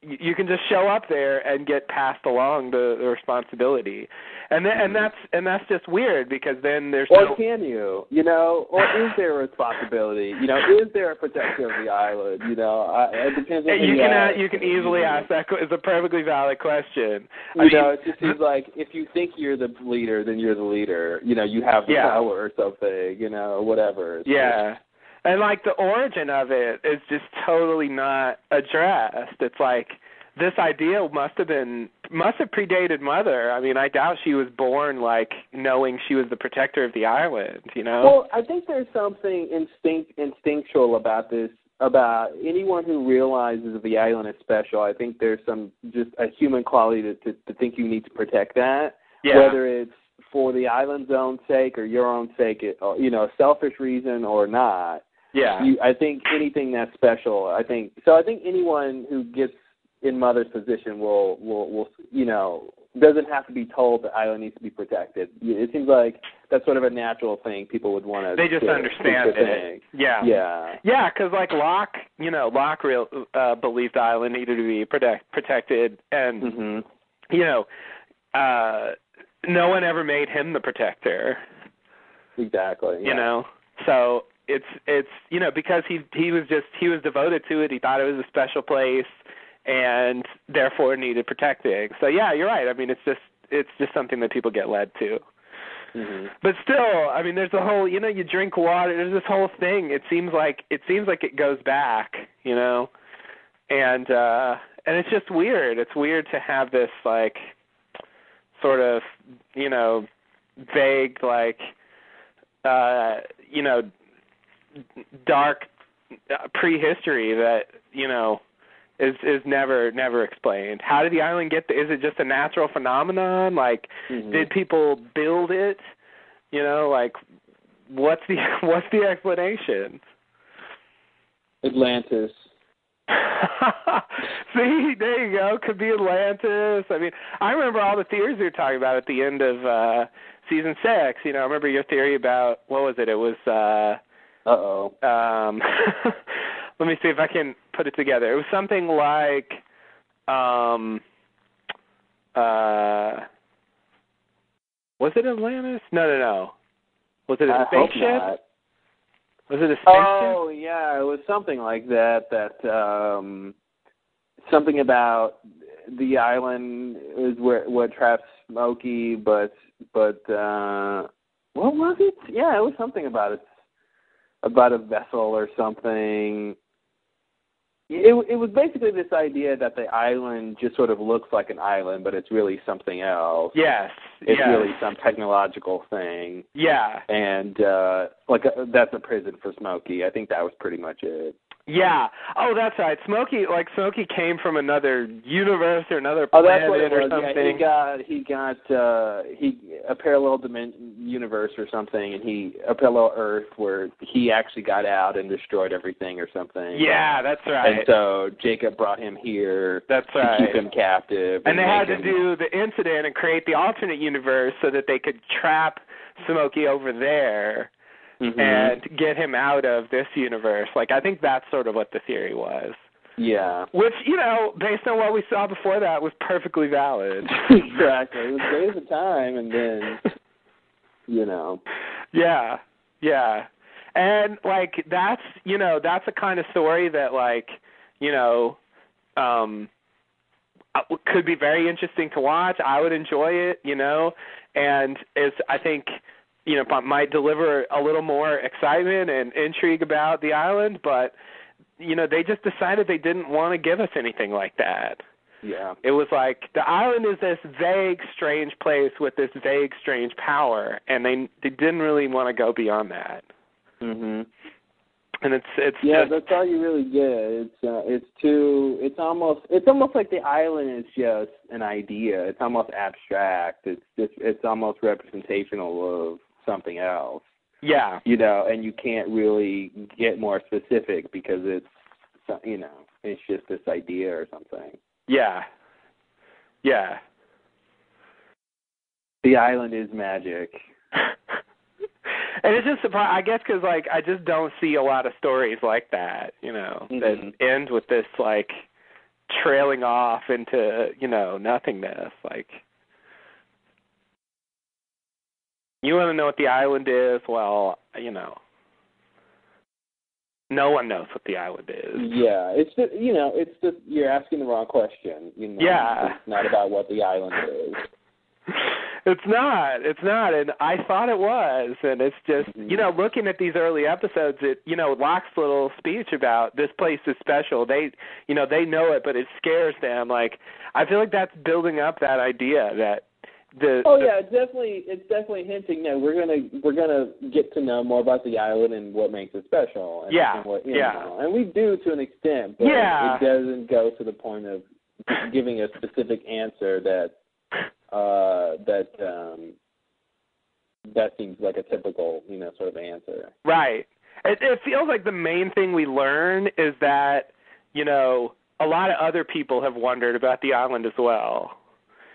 [SPEAKER 2] you you can just show up there and get passed along the, the responsibility and then,
[SPEAKER 1] Mm-hmm.
[SPEAKER 2] and that's and that's just weird because then there's
[SPEAKER 1] Or
[SPEAKER 2] no
[SPEAKER 1] can you? You know, or is there a responsibility? You know, is there a protector of the island? You know, I, it depends on
[SPEAKER 2] Hey,
[SPEAKER 1] who
[SPEAKER 2] you
[SPEAKER 1] you
[SPEAKER 2] can
[SPEAKER 1] ask.
[SPEAKER 2] uh, you can easily
[SPEAKER 1] Mm-hmm.
[SPEAKER 2] ask that. que- It's a perfectly valid question.
[SPEAKER 1] You
[SPEAKER 2] I mean,
[SPEAKER 1] know, it just seems like if you think you're the leader, then you're the leader. You know, you have the
[SPEAKER 2] Yeah.
[SPEAKER 1] power or something. You know, whatever. It's
[SPEAKER 2] yeah. And like the origin of it is just totally not addressed. It's like this idea must have been must have predated Mother. I mean, I doubt she was born like knowing she was the protector of the island. You know?
[SPEAKER 1] Well, I think there's something instinct instinctual about this. About anyone who realizes the island is special, I think there's some just a human quality to to, to think you need to protect that.
[SPEAKER 2] Yeah.
[SPEAKER 1] Whether it's for the island's own sake or your own sake, it, or, you know, a selfish reason or not.
[SPEAKER 2] Yeah.
[SPEAKER 1] You, I think anything that's special. I think so. I think anyone who gets in mother's position will will will you know doesn't have to be told the island needs to be protected. It seems like that's sort of a natural thing people would want to.
[SPEAKER 2] They just
[SPEAKER 1] do,
[SPEAKER 2] understand
[SPEAKER 1] do the
[SPEAKER 2] it.
[SPEAKER 1] thing.
[SPEAKER 2] Yeah.
[SPEAKER 1] Yeah.
[SPEAKER 2] Yeah, because like Locke, you know, Locke real, uh, believed the island needed to be protect, protected, and
[SPEAKER 1] mm-hmm.
[SPEAKER 2] you know, uh, no one ever made him the protector.
[SPEAKER 1] Exactly.
[SPEAKER 2] You
[SPEAKER 1] yeah.
[SPEAKER 2] know, so it's it's you know because he he was just he was devoted to it. He thought it was a special place, and therefore needed protecting. So yeah, you're right. I mean, it's just it's just something that people get led to. But still, I mean, there's a whole you know you drink water. There's this whole thing. It seems like it seems like it goes back. You know, and uh and it's just weird. It's weird to have this like sort of you know vague like uh you know dark uh, prehistory that you know is is never never explained how did the island get there is it just a natural phenomenon like
[SPEAKER 1] Mhm.
[SPEAKER 2] did people build it you know like what's the what's the explanation
[SPEAKER 1] Atlantis.
[SPEAKER 2] See, there you go. Could be Atlantis. I mean, I remember all the theories we were talking about at the end of uh season six. You know, I remember your theory about what was it? It was uh
[SPEAKER 1] Uh-oh.
[SPEAKER 2] um let me see if I can put it together. It was something like um uh was it Atlantis? No no no. Was it a
[SPEAKER 1] I hope
[SPEAKER 2] spaceship?
[SPEAKER 1] not.
[SPEAKER 2] Was it a spaceship?
[SPEAKER 1] Oh yeah, it was something like that. That um, something about the island is where what traps Smokey, but but uh, what was it? Yeah, it was something about it about a vessel or something. It it was basically this idea that the island just sort of looks like an island, but it's really something else.
[SPEAKER 2] Yes.
[SPEAKER 1] It's
[SPEAKER 2] yes.
[SPEAKER 1] really some technological thing
[SPEAKER 2] Yeah.
[SPEAKER 1] and uh like uh, that's a prison for Smokey. I think that was pretty much it.
[SPEAKER 2] Yeah. Oh, that's right. Smokey, like Smokey, came from another universe or another
[SPEAKER 1] Oh,
[SPEAKER 2] planet
[SPEAKER 1] that's what it
[SPEAKER 2] or
[SPEAKER 1] was.
[SPEAKER 2] something.
[SPEAKER 1] Yeah, he got he got uh he a parallel dimension universe or something, and he a parallel Earth where he actually got out and destroyed everything or something.
[SPEAKER 2] Yeah, that's right.
[SPEAKER 1] And so Jacob brought him here.
[SPEAKER 2] That's
[SPEAKER 1] to
[SPEAKER 2] right.
[SPEAKER 1] keep him captive.
[SPEAKER 2] and they had
[SPEAKER 1] make
[SPEAKER 2] to
[SPEAKER 1] him-
[SPEAKER 2] do the incident and create the alternate universe so that they could trap Smokey over there
[SPEAKER 1] Mhm.
[SPEAKER 2] and get him out of this universe. Like I think that's sort of what the theory was.
[SPEAKER 1] yeah.
[SPEAKER 2] Which, you know, based on what we saw before that was perfectly valid.
[SPEAKER 1] exactly. It was great at the time, and then you know.
[SPEAKER 2] Yeah, yeah, and like that's you know that's a kind of story that like you know um uh, could be very interesting to watch. I would enjoy it, you know, and it's I think you know but might deliver a little more excitement and intrigue about the island, but you know they just decided they didn't want to give us anything like that.
[SPEAKER 1] Yeah.
[SPEAKER 2] It was like the island is this vague, strange place with this vague, strange power, and they they didn't really want to go beyond that.
[SPEAKER 1] Mhm.
[SPEAKER 2] And it's it's
[SPEAKER 1] Yeah,
[SPEAKER 2] just,
[SPEAKER 1] that's all you really get. It's uh, it's too. It's almost. It's almost like the island is just an idea. It's almost abstract. It's just. It's almost representational of something else.
[SPEAKER 2] yeah
[SPEAKER 1] You know, and you can't really get more specific because it's. so- You know, it's just this idea or something.
[SPEAKER 2] yeah yeah.
[SPEAKER 1] The island is magic.
[SPEAKER 2] And it's just surprising, I guess, because like I just don't see a lot of stories like that, you know,
[SPEAKER 1] Mhm.
[SPEAKER 2] that end with this like trailing off into you know nothingness. Like, you want to know what the island is? Well, you know, no one knows what the island is.
[SPEAKER 1] Yeah, it's just. You know, it's just. You're asking the wrong question. You know,
[SPEAKER 2] Yeah.
[SPEAKER 1] it's not about what the island is.
[SPEAKER 2] It's not. It's not. And I thought it was. And it's just, you know, looking at these early episodes, it, you know, Locke's little speech about this place is special. They, you know, they know it, but it scares them. Like, I feel like that's building up that idea that the.
[SPEAKER 1] oh
[SPEAKER 2] the-
[SPEAKER 1] yeah, it's definitely it's definitely hinting. Yeah, we're gonna we're gonna get to know more about the island and what makes it special. And,
[SPEAKER 2] Yeah,
[SPEAKER 1] and what, you
[SPEAKER 2] yeah.
[SPEAKER 1] know. and we do to an extent, but
[SPEAKER 2] Yeah.
[SPEAKER 1] it doesn't go to the point of giving a specific answer that uh that um that seems like a typical you know sort of answer.
[SPEAKER 2] Right. It, it feels like the main thing we learn is that, you know, a lot of other people have wondered about the island as well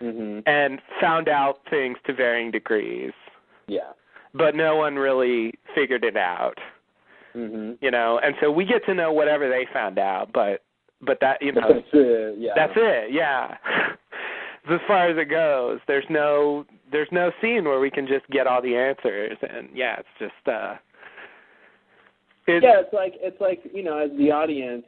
[SPEAKER 1] hmm
[SPEAKER 2] and found out things to varying degrees,
[SPEAKER 1] Yeah.
[SPEAKER 2] but no one really figured it out,
[SPEAKER 1] hmm
[SPEAKER 2] you know. And so we get to know whatever they found out, but but that, you know,
[SPEAKER 1] That's it. Yeah.
[SPEAKER 2] that's it. Yeah. as far as it goes, there's no there's no scene where we can just get all the answers and yeah, it's just uh it,
[SPEAKER 1] yeah, it's like it's like you know, as the audience,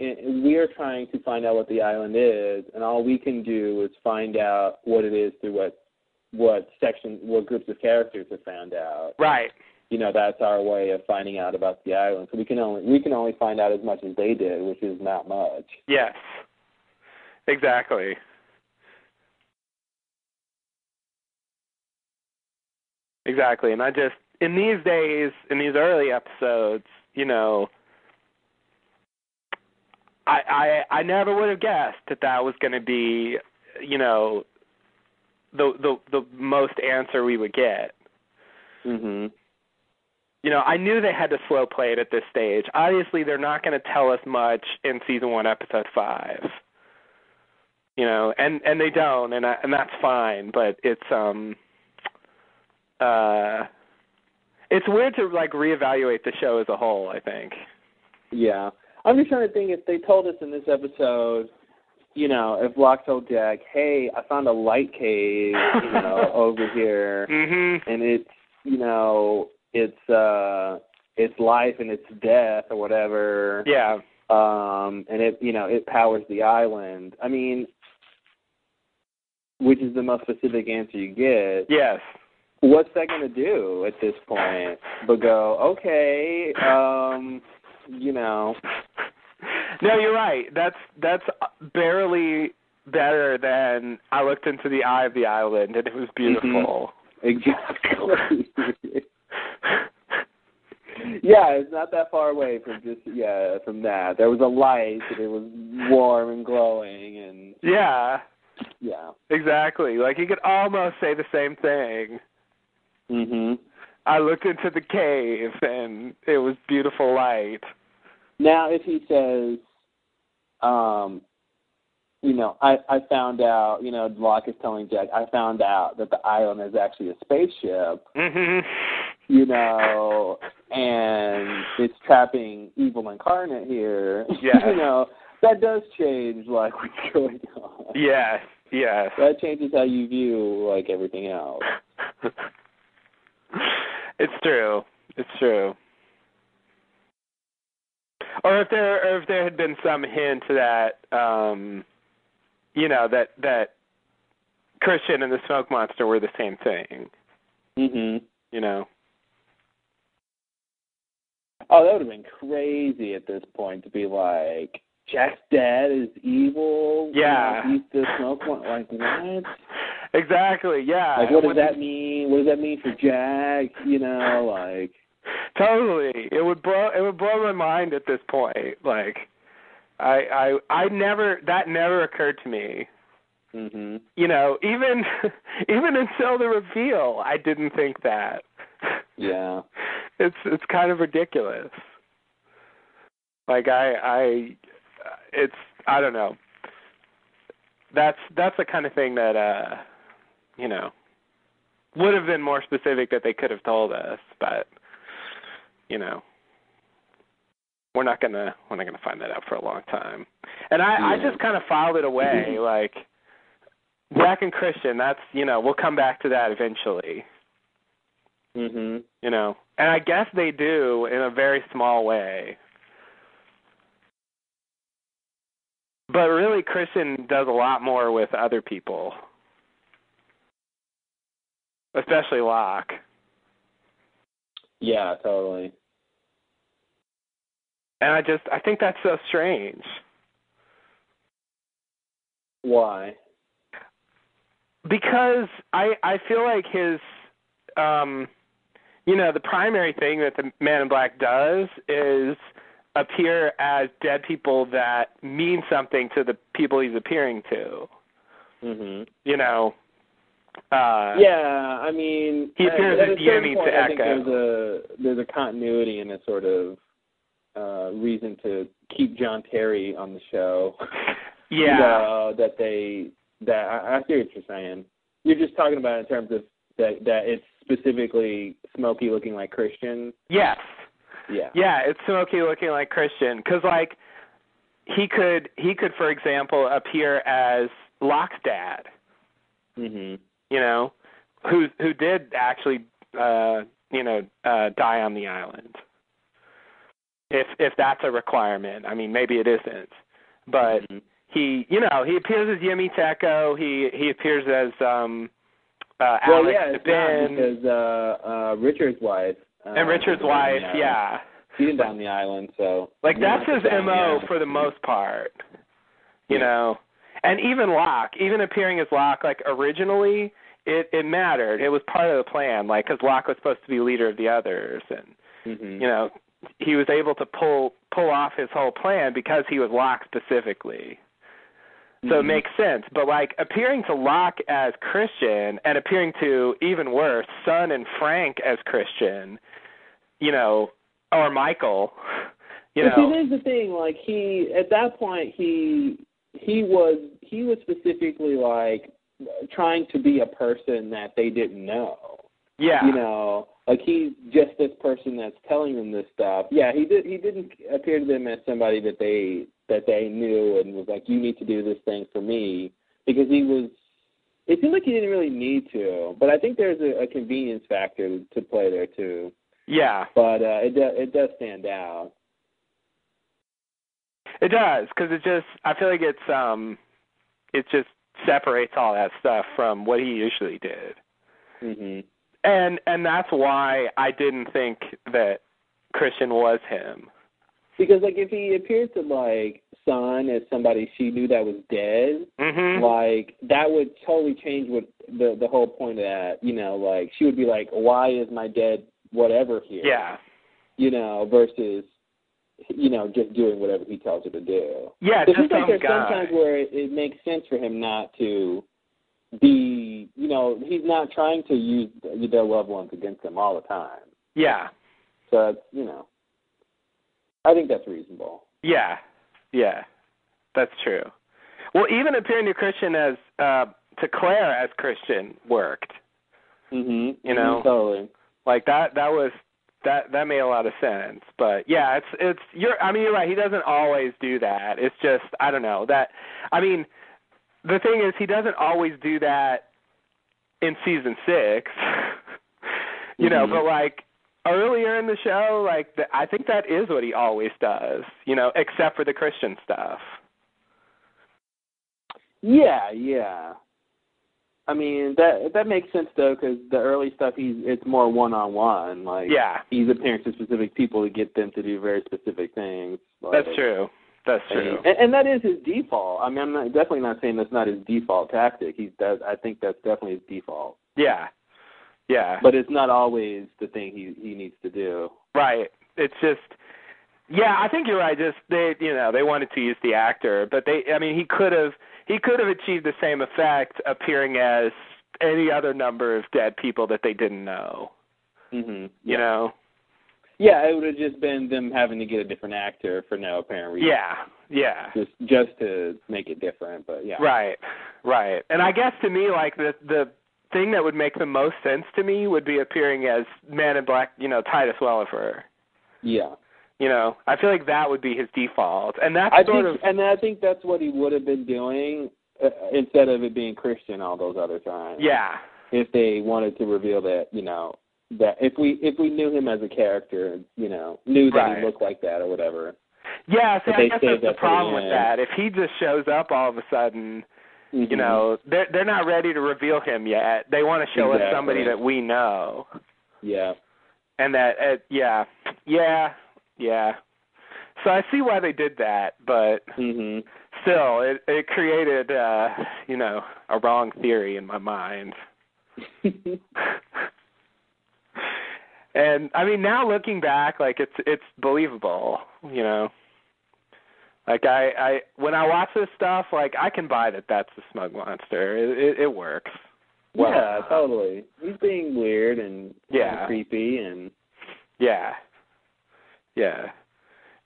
[SPEAKER 1] and we are trying to find out what the island is, and all we can do is find out what it is through what what section, what groups of characters have found out.
[SPEAKER 2] Right.
[SPEAKER 1] You know, that's our way of finding out about the island. So we can only we can only find out as much as they did, which is not much.
[SPEAKER 2] Yes. Exactly. Exactly. And I just in these days, in these early episodes, you know, I I I never would have guessed that that was going to be, you know, the the the most answer we would get.
[SPEAKER 1] hmm
[SPEAKER 2] you know, I knew they had to slow play it at this stage. Obviously, they're not going to tell us much in season one, episode five. You know, and and they don't, and I, and that's fine. But it's um, uh, it's weird to like reevaluate the show as a whole. I think.
[SPEAKER 1] Yeah. I'm just trying to think if they told us in this episode, you know, if Locke told Jack, "Hey, I found a light cave, you know, over here."
[SPEAKER 2] hmm
[SPEAKER 1] and it's you know it's uh it's life and it's death or whatever
[SPEAKER 2] Yeah.
[SPEAKER 1] um and it you know it powers the island i mean which is the most specific answer you get
[SPEAKER 2] Yes.
[SPEAKER 1] what's that going to do at this point but go okay um you know
[SPEAKER 2] No, you're right. That's that's barely better than I looked into the eye of the island, and it was beautiful.
[SPEAKER 1] exactly yeah it's not that far away from just yeah from that there was a light and it was warm and glowing and
[SPEAKER 2] Yeah.
[SPEAKER 1] yeah
[SPEAKER 2] Exactly. Like you could almost say the same thing.
[SPEAKER 1] Mhm.
[SPEAKER 2] I looked into the cave and it was beautiful light.
[SPEAKER 1] Now, if he says, um, you know, I I found out, you know, Locke is telling Jack, I found out that the island is actually a spaceship,
[SPEAKER 2] Mhm.
[SPEAKER 1] you know, and it's trapping evil incarnate here.
[SPEAKER 2] Yeah.
[SPEAKER 1] you know, that does change like what's going on.
[SPEAKER 2] Yes. Yes.
[SPEAKER 1] That changes how you view like everything else.
[SPEAKER 2] It's true. It's true. Or if there or if there had been some hint that um you know that that Christian and the smoke monster were the same thing,
[SPEAKER 1] Mhm.
[SPEAKER 2] you know.
[SPEAKER 1] Oh, that would have been crazy at this point to be like, Jack's dad is evil. you know,
[SPEAKER 2] Yeah.
[SPEAKER 1] he's the smoke one. Like what?
[SPEAKER 2] Exactly. Yeah.
[SPEAKER 1] Like what
[SPEAKER 2] It
[SPEAKER 1] does
[SPEAKER 2] wouldn't-
[SPEAKER 1] that mean? What does that mean for Jack? You know, like
[SPEAKER 2] Totally. It would blow it would blow my mind at this point. Like I I I never that never occurred to me.
[SPEAKER 1] mhm.
[SPEAKER 2] You know, even even until the reveal, I didn't think that.
[SPEAKER 1] Yeah.
[SPEAKER 2] It's it's kind of ridiculous. Like I I it's I don't know. That's that's the kind of thing that uh you know would have been more specific that they could have told us, but you know we're not gonna we're not gonna find that out for a long time. And I I
[SPEAKER 1] Yeah.
[SPEAKER 2] just kind of filed it away like Jack and Christian. That's you know we'll come back to that eventually.
[SPEAKER 1] Mhm.
[SPEAKER 2] You know, and I guess they do in a very small way. But really, Christian does a lot more with other people. Especially Locke.
[SPEAKER 1] Yeah, totally.
[SPEAKER 2] And I just I think that's so strange.
[SPEAKER 1] Why?
[SPEAKER 2] Because I I feel like his um you know, the primary thing that the man in black does is appear as dead people that mean something to the people he's appearing to.
[SPEAKER 1] Mhm.
[SPEAKER 2] You know, uh,
[SPEAKER 1] yeah, I mean,
[SPEAKER 2] He
[SPEAKER 1] at-
[SPEAKER 2] appears
[SPEAKER 1] at
[SPEAKER 2] as
[SPEAKER 1] a certain
[SPEAKER 2] Yemi
[SPEAKER 1] point,
[SPEAKER 2] to
[SPEAKER 1] I think
[SPEAKER 2] Echo.
[SPEAKER 1] There's a there's a continuity and a sort of uh, reason to keep John Terry on the show. You
[SPEAKER 2] Yeah.
[SPEAKER 1] know, that they that I, I see what you're saying. You're just talking about in terms of that that it's specifically Smokey looking like Christian.
[SPEAKER 2] Yes.
[SPEAKER 1] Yeah.
[SPEAKER 2] Yeah, it's Smokey looking like Christian because like he could he could for example appear as Locke's dad,
[SPEAKER 1] Mhm.
[SPEAKER 2] you know, who who did actually uh you know uh die on the island. If if that's a requirement, I mean maybe it isn't, but
[SPEAKER 1] Mm-hmm.
[SPEAKER 2] he you know he appears as Yemi Teko. He he appears as um uh
[SPEAKER 1] well,
[SPEAKER 2] Alex
[SPEAKER 1] yeah, it's not
[SPEAKER 2] DeBin
[SPEAKER 1] because uh, uh, Richard's wife. Uh,
[SPEAKER 2] and Richard's
[SPEAKER 1] died on the
[SPEAKER 2] wife.
[SPEAKER 1] island.
[SPEAKER 2] Yeah.
[SPEAKER 1] She didn't die on the island, so
[SPEAKER 2] Like
[SPEAKER 1] Yeah,
[SPEAKER 2] that's
[SPEAKER 1] she
[SPEAKER 2] his
[SPEAKER 1] died on the
[SPEAKER 2] MO
[SPEAKER 1] island.
[SPEAKER 2] for the most part. You know. And even Locke, even appearing as Locke, like originally it it mattered. It was part of the plan, like because Locke was supposed to be leader of the others, and
[SPEAKER 1] Mhm.
[SPEAKER 2] you know he was able to pull pull off his whole plan because he was Locke specifically. So it
[SPEAKER 1] Mhm.
[SPEAKER 2] makes sense. But like appearing to Locke as Christian and appearing to even worse Son and Frank as Christian, you know, or Michael, you
[SPEAKER 1] but
[SPEAKER 2] know.
[SPEAKER 1] see, there's the thing. Like he, at that point, he he was he was specifically like trying to be a person that they didn't know.
[SPEAKER 2] Yeah.
[SPEAKER 1] You know, like he's just this person that's telling them this stuff. Yeah, he did. He didn't appear to them as somebody that they that they knew and was like, "You need to do this thing for me," because he was. It seemed like he didn't really need to, but I think there's a, a convenience factor to play there too.
[SPEAKER 2] Yeah,
[SPEAKER 1] But uh, it do, it does stand out.
[SPEAKER 2] it does because it just I feel like it's um, it just separates all that stuff from what he usually did,
[SPEAKER 1] Mhm.
[SPEAKER 2] and and that's why I didn't think that Christian was him.
[SPEAKER 1] Because like if he appeared to like Son as somebody she knew that was dead,
[SPEAKER 2] Mhm.
[SPEAKER 1] like that would totally change what the the whole point of that. You know, like she would be like, "Why is my dead whatever here?"
[SPEAKER 2] Yeah,
[SPEAKER 1] You know, versus you know just doing whatever he tells her to do.
[SPEAKER 2] Yeah,
[SPEAKER 1] It
[SPEAKER 2] just
[SPEAKER 1] seems like
[SPEAKER 2] some
[SPEAKER 1] there's
[SPEAKER 2] guy.
[SPEAKER 1] sometimes where it, it makes sense for him not to be. You know, he's not trying to use their loved ones against them all the time.
[SPEAKER 2] yeah,
[SPEAKER 1] So it's, you know, I think that's reasonable.
[SPEAKER 2] yeah, yeah. That's true. Well, even appearing to Christian as uh, to Claire as Christian worked.
[SPEAKER 1] Mhm.
[SPEAKER 2] You know?
[SPEAKER 1] Mhm, Totally.
[SPEAKER 2] like that that was that that made a lot of sense but yeah it's it's you're i mean you're right he doesn't always do that it's just i don't know that i mean the thing is he doesn't always do that in season six you know
[SPEAKER 1] Mhm.
[SPEAKER 2] but like earlier in the show like the, i think that is what he always does you know except for the christian stuff
[SPEAKER 1] Yeah, yeah. I mean that that makes sense though, because the early stuff he's it's more one on one. Like
[SPEAKER 2] yeah
[SPEAKER 1] he's appearing to specific people to get them to do very specific things. Like,
[SPEAKER 2] that's true that's true
[SPEAKER 1] And, and that is his default. I mean, I'm not, definitely not saying that's not his default tactic. He does. I think that's definitely his default.
[SPEAKER 2] yeah yeah
[SPEAKER 1] But it's not always the thing he he needs to do.
[SPEAKER 2] Right. It's just yeah, I think you're right. Just they, you know, they wanted to use the actor, but they I mean, he could have he could have achieved the same effect appearing as any other number of dead people that they didn't know,
[SPEAKER 1] hmm
[SPEAKER 2] you know.
[SPEAKER 1] Yeah, it would have just been them having to get a different actor for no apparent reason.
[SPEAKER 2] Yeah. Yeah.
[SPEAKER 1] Just just to make it different, but yeah.
[SPEAKER 2] Right. Right. And I guess to me like the the thing that would make the most sense to me would be appearing as Man in Black, you know, Titus Welliver,
[SPEAKER 1] Yeah.
[SPEAKER 2] you know. I feel like that would be his default. And that's
[SPEAKER 1] I
[SPEAKER 2] sort
[SPEAKER 1] think,
[SPEAKER 2] of
[SPEAKER 1] and I think that's what he would have been doing uh, instead of it being Christian all those other times.
[SPEAKER 2] yeah.
[SPEAKER 1] If they wanted to reveal that, you know, that if we if we knew him as a character, you know, knew that
[SPEAKER 2] Right.
[SPEAKER 1] he looked like that or whatever.
[SPEAKER 2] Yeah, see,
[SPEAKER 1] But
[SPEAKER 2] I
[SPEAKER 1] they
[SPEAKER 2] guess
[SPEAKER 1] saved
[SPEAKER 2] that's the
[SPEAKER 1] that for the
[SPEAKER 2] problem with
[SPEAKER 1] end.
[SPEAKER 2] that. If he just shows up all of a sudden,
[SPEAKER 1] Mm-hmm.
[SPEAKER 2] You know, they're they're not ready to reveal him yet. They want to show us
[SPEAKER 1] Exactly.
[SPEAKER 2] somebody that we know,
[SPEAKER 1] Yeah.
[SPEAKER 2] and that uh, yeah, yeah, yeah. So I see why they did that, but
[SPEAKER 1] Mm-hmm.
[SPEAKER 2] still, it it created uh, you know a wrong theory in my mind. and I mean, now looking back, like it's it's believable, you know. Like I, I when I watch this stuff, like I can buy that that's the smug monster. It, it, it works. Well
[SPEAKER 1] yeah,
[SPEAKER 2] enough.
[SPEAKER 1] totally. He's being weird and
[SPEAKER 2] Yeah.
[SPEAKER 1] creepy and
[SPEAKER 2] Yeah. Yeah.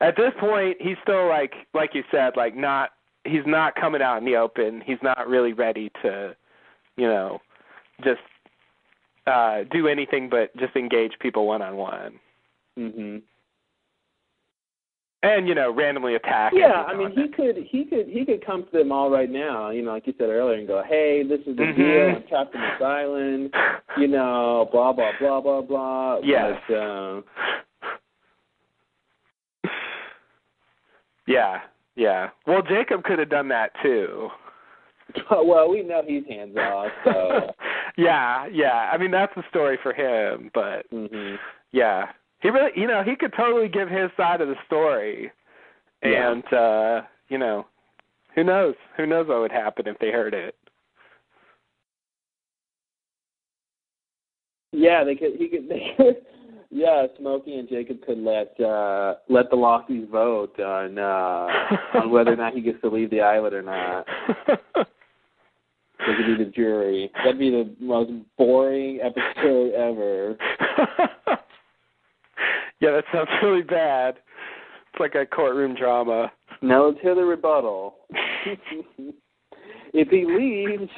[SPEAKER 2] At this point, he's still like like you said, like not he's not coming out in the open. He's not really ready to, you know, just uh do anything but just engage people one on one.
[SPEAKER 1] Mhm.
[SPEAKER 2] And you know, randomly attack.
[SPEAKER 1] Yeah,
[SPEAKER 2] everyone.
[SPEAKER 1] I mean he could he could he could come to them all right now, you know, like you said earlier, and go, Hey, this is the
[SPEAKER 2] Mhm.
[SPEAKER 1] deal, I'm trapped on this island, you know, blah blah blah blah blah.
[SPEAKER 2] Yes.
[SPEAKER 1] But uh,
[SPEAKER 2] yeah, yeah. Well, Jacob could have done that too.
[SPEAKER 1] well, we know he's hands off, so
[SPEAKER 2] yeah, yeah. I mean, that's a story for him, but
[SPEAKER 1] mm-hmm.
[SPEAKER 2] yeah, he really, you know, he could totally give his side of the story,
[SPEAKER 1] Yeah.
[SPEAKER 2] and uh, you know, who knows? Who knows what would happen if they heard it?
[SPEAKER 1] Yeah, they could. He could. They could yeah, Smokey and Jacob could let uh let the Lofties vote on uh on whether or not he gets to leave the island or not. They could be the jury. That'd be the most boring episode ever.
[SPEAKER 2] Yeah, that sounds really bad. It's like a courtroom drama.
[SPEAKER 1] Now let's hear the rebuttal. if he leaves,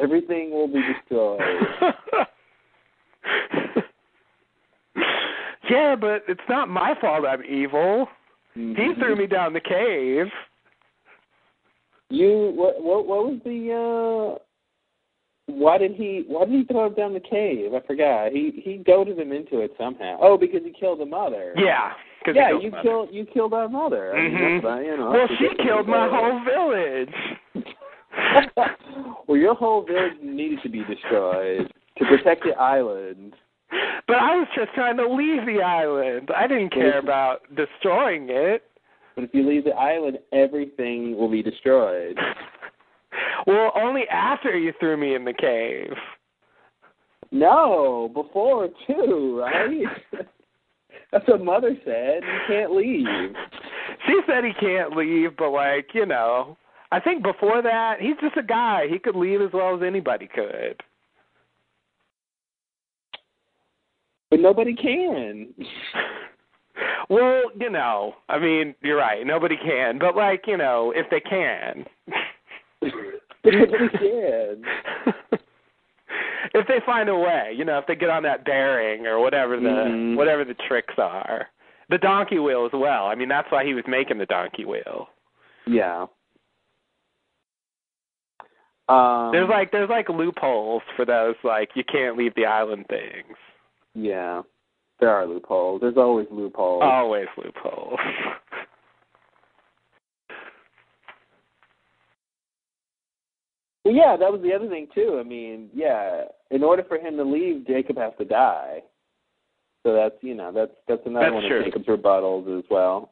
[SPEAKER 1] everything will be destroyed.
[SPEAKER 2] Yeah, but it's not my fault I'm evil. He
[SPEAKER 1] Mhm.
[SPEAKER 2] threw me down the cave.
[SPEAKER 1] You what what what was the uh why did he why did he throw him down the cave? I forgot. He he goaded him into it somehow. Oh, because he killed the mother.
[SPEAKER 2] Yeah, 'cause he
[SPEAKER 1] yeah,
[SPEAKER 2] killed
[SPEAKER 1] you
[SPEAKER 2] the mother.
[SPEAKER 1] killed you killed our mother. I mean,
[SPEAKER 2] Mhm.
[SPEAKER 1] that's about- you know,
[SPEAKER 2] well,
[SPEAKER 1] that's
[SPEAKER 2] she
[SPEAKER 1] ridiculous.
[SPEAKER 2] killed my whole village.
[SPEAKER 1] Well, your whole village needed to be destroyed to protect the island.
[SPEAKER 2] But I was just trying to leave the island. I didn't care about destroying it.
[SPEAKER 1] But if you leave the island, everything will be destroyed.
[SPEAKER 2] Well, only after you threw me in the cave.
[SPEAKER 1] No, before too, right? That's what mother said. You can't leave.
[SPEAKER 2] She said he can't leave, but like, you know, I think before that, he's just a guy. He could leave as well as anybody could.
[SPEAKER 1] But nobody can.
[SPEAKER 2] Well, you know, I mean, you're right. Nobody can, but like, you know, if they can,
[SPEAKER 1] Nobody can.
[SPEAKER 2] if they find a way, you know, if they get on that bearing or whatever the
[SPEAKER 1] Mhm.
[SPEAKER 2] whatever the tricks are, the donkey wheel as well. I mean, that's why he was making the donkey wheel.
[SPEAKER 1] Yeah. Um,
[SPEAKER 2] there's like there's like loopholes for those like you can't leave the island things.
[SPEAKER 1] Yeah. There are loopholes. There's always loopholes.
[SPEAKER 2] Always loopholes.
[SPEAKER 1] Well, yeah, that was the other thing too. I mean, yeah, in order for him to leave, Jacob has to die. So that's you know that's that's another
[SPEAKER 2] That's
[SPEAKER 1] one
[SPEAKER 2] true.
[SPEAKER 1] of Jacob's rebuttals as well.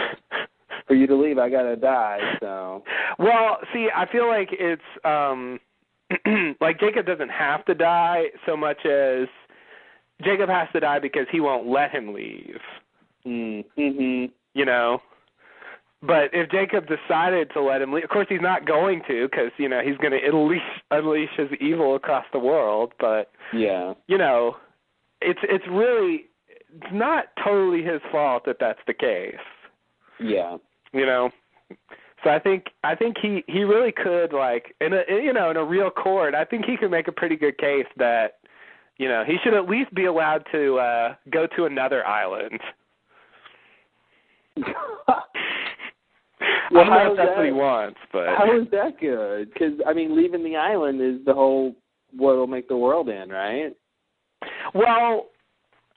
[SPEAKER 1] for you to leave, I gotta die. So
[SPEAKER 2] Well, see, I feel like it's um like Jacob doesn't have to die so much as Jacob has to die because he won't let him leave.
[SPEAKER 1] Mm-hmm.
[SPEAKER 2] You know. But if Jacob decided to let him leave, of course he's not going to because you know he's going to unleash unleash his evil across the world. But
[SPEAKER 1] yeah,
[SPEAKER 2] you know, it's it's really it's not totally his fault that that's the case
[SPEAKER 1] yeah,
[SPEAKER 2] you know so i think i think he he really could like in a you know in a real court i think he could make a pretty good case that you know he should at least be allowed to uh go to another island
[SPEAKER 1] Well,
[SPEAKER 2] i don't
[SPEAKER 1] how
[SPEAKER 2] know
[SPEAKER 1] is
[SPEAKER 2] if that's
[SPEAKER 1] that-
[SPEAKER 2] what he wants but
[SPEAKER 1] How is that good? Because I mean, leaving the island is the whole what will make the world end, right?
[SPEAKER 2] well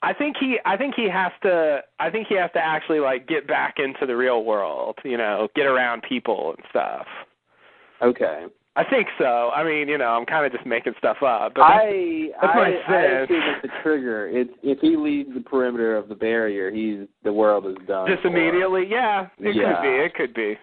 [SPEAKER 2] i think he i think he has to i think he has to actually like get back into the real world you know get around people and stuff
[SPEAKER 1] Okay.
[SPEAKER 2] I think so. I mean, you know, I'm kind of just making stuff up. But that's,
[SPEAKER 1] I
[SPEAKER 2] that's my
[SPEAKER 1] I, I
[SPEAKER 2] sense.
[SPEAKER 1] assume it's a trigger. It's if he leaves the perimeter of the barrier, he's the world is done.
[SPEAKER 2] just immediately, yeah, it
[SPEAKER 1] Yeah.
[SPEAKER 2] could be. It could be.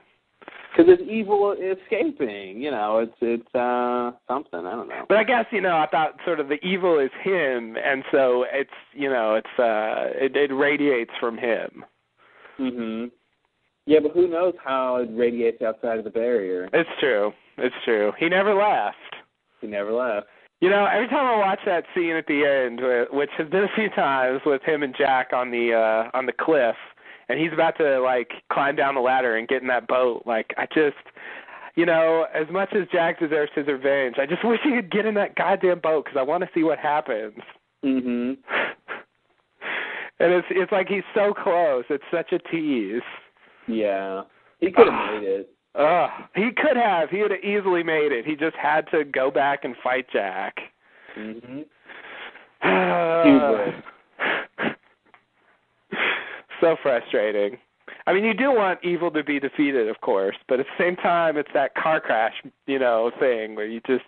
[SPEAKER 1] Because it's evil escaping. You know, it's it's uh something. I don't know.
[SPEAKER 2] But I guess you know, I thought sort of the evil is him, and so it's you know, it's uh, it, it radiates from him.
[SPEAKER 1] hmm Yeah, but who knows how it radiates outside of the barrier?
[SPEAKER 2] It's true. It's true. He never left.
[SPEAKER 1] He never left.
[SPEAKER 2] You know, every time I watch that scene at the end, wh- which has been a few times with him and Jack on the uh on the cliff, and he's about to like climb down the ladder and get in that boat, like I just you know, as much as Jack deserves his revenge, I just wish he could get in that goddamn boat because I want to see what happens.
[SPEAKER 1] hmm
[SPEAKER 2] And it's it's like he's so close. It's such a tease.
[SPEAKER 1] Yeah, he could
[SPEAKER 2] Ah.
[SPEAKER 1] have made it.
[SPEAKER 2] Ugh. He could have. He would have easily made it. He just had to go back and fight Jack.
[SPEAKER 1] hmm
[SPEAKER 2] Ugh. so frustrating. I mean, you do want evil to be defeated, of course, but at the same time, it's that car crash, you know, thing where you just.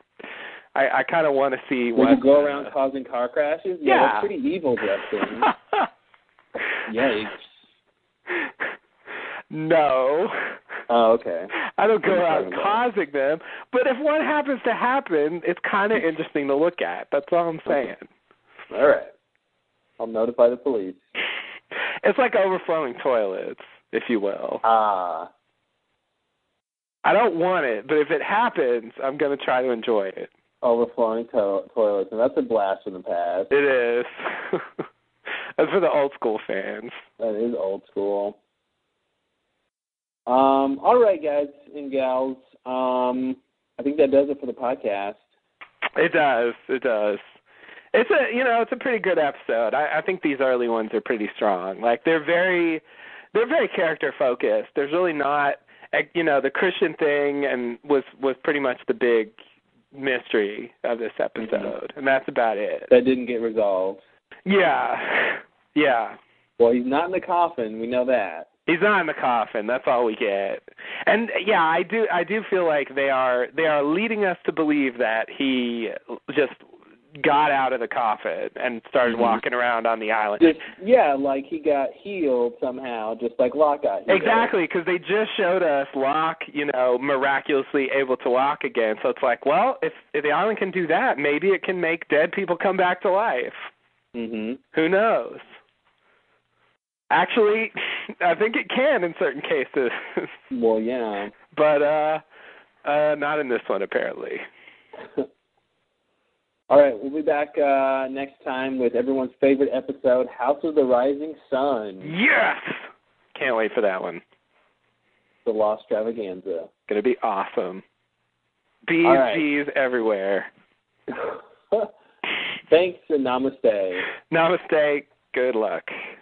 [SPEAKER 2] I, I kind of want to see
[SPEAKER 1] Would
[SPEAKER 2] what.
[SPEAKER 1] you go around
[SPEAKER 2] uh,
[SPEAKER 1] causing car crashes?
[SPEAKER 2] Yeah.
[SPEAKER 1] that's pretty evil, Justin. Yikes.
[SPEAKER 2] no.
[SPEAKER 1] Oh, okay.
[SPEAKER 2] I don't go
[SPEAKER 1] What are you
[SPEAKER 2] around
[SPEAKER 1] talking about?
[SPEAKER 2] causing them, but if one happens to happen, it's kind of interesting to look at. That's all I'm saying.
[SPEAKER 1] All right. I'll notify the police.
[SPEAKER 2] It's like overflowing toilets, if you will.
[SPEAKER 1] Ah.
[SPEAKER 2] I don't want it, but if it happens, I'm going to try to enjoy it.
[SPEAKER 1] Overflowing to- toilets, and that's a blast from the past.
[SPEAKER 2] It is. That's for the old school fans.
[SPEAKER 1] That is old school. Um, all right, guys and gals. Um, I think that does it for the podcast.
[SPEAKER 2] It does. It does. It's a you know it's a pretty good episode. I, I think these early ones are pretty strong. Like they're very they're very character focused. There's really not eh, you know the Christian thing and was was pretty much the big mystery of this episode, and that's about it.
[SPEAKER 1] That didn't get resolved.
[SPEAKER 2] Yeah, yeah.
[SPEAKER 1] Well, he's not in the coffin. We know that.
[SPEAKER 2] He's not in the coffin. That's all we get. And yeah, I do I do feel like they are they are leading us to believe that he just got out of the coffin and started
[SPEAKER 1] Mhm.
[SPEAKER 2] walking around on the island.
[SPEAKER 1] Just yeah, like he got healed somehow, just like Locke got. healed.
[SPEAKER 2] Exactly, because they just showed us Locke, you know, miraculously able to walk again. So it's like, well, if, if the island can do that, maybe it can make dead people come back to life.
[SPEAKER 1] Mhm.
[SPEAKER 2] Who knows? Actually, I think it can in certain cases,
[SPEAKER 1] Well, yeah.
[SPEAKER 2] but uh, uh, not in this one apparently.
[SPEAKER 1] All right, we'll be back uh, next time with everyone's favorite episode, House of the Rising Sun,
[SPEAKER 2] Yes, can't wait for that one.
[SPEAKER 1] the Lost Travaganza.
[SPEAKER 2] Gonna be awesome. Bees,
[SPEAKER 1] All right.
[SPEAKER 2] bees everywhere.
[SPEAKER 1] Thanks and namaste.
[SPEAKER 2] Namaste. Good luck.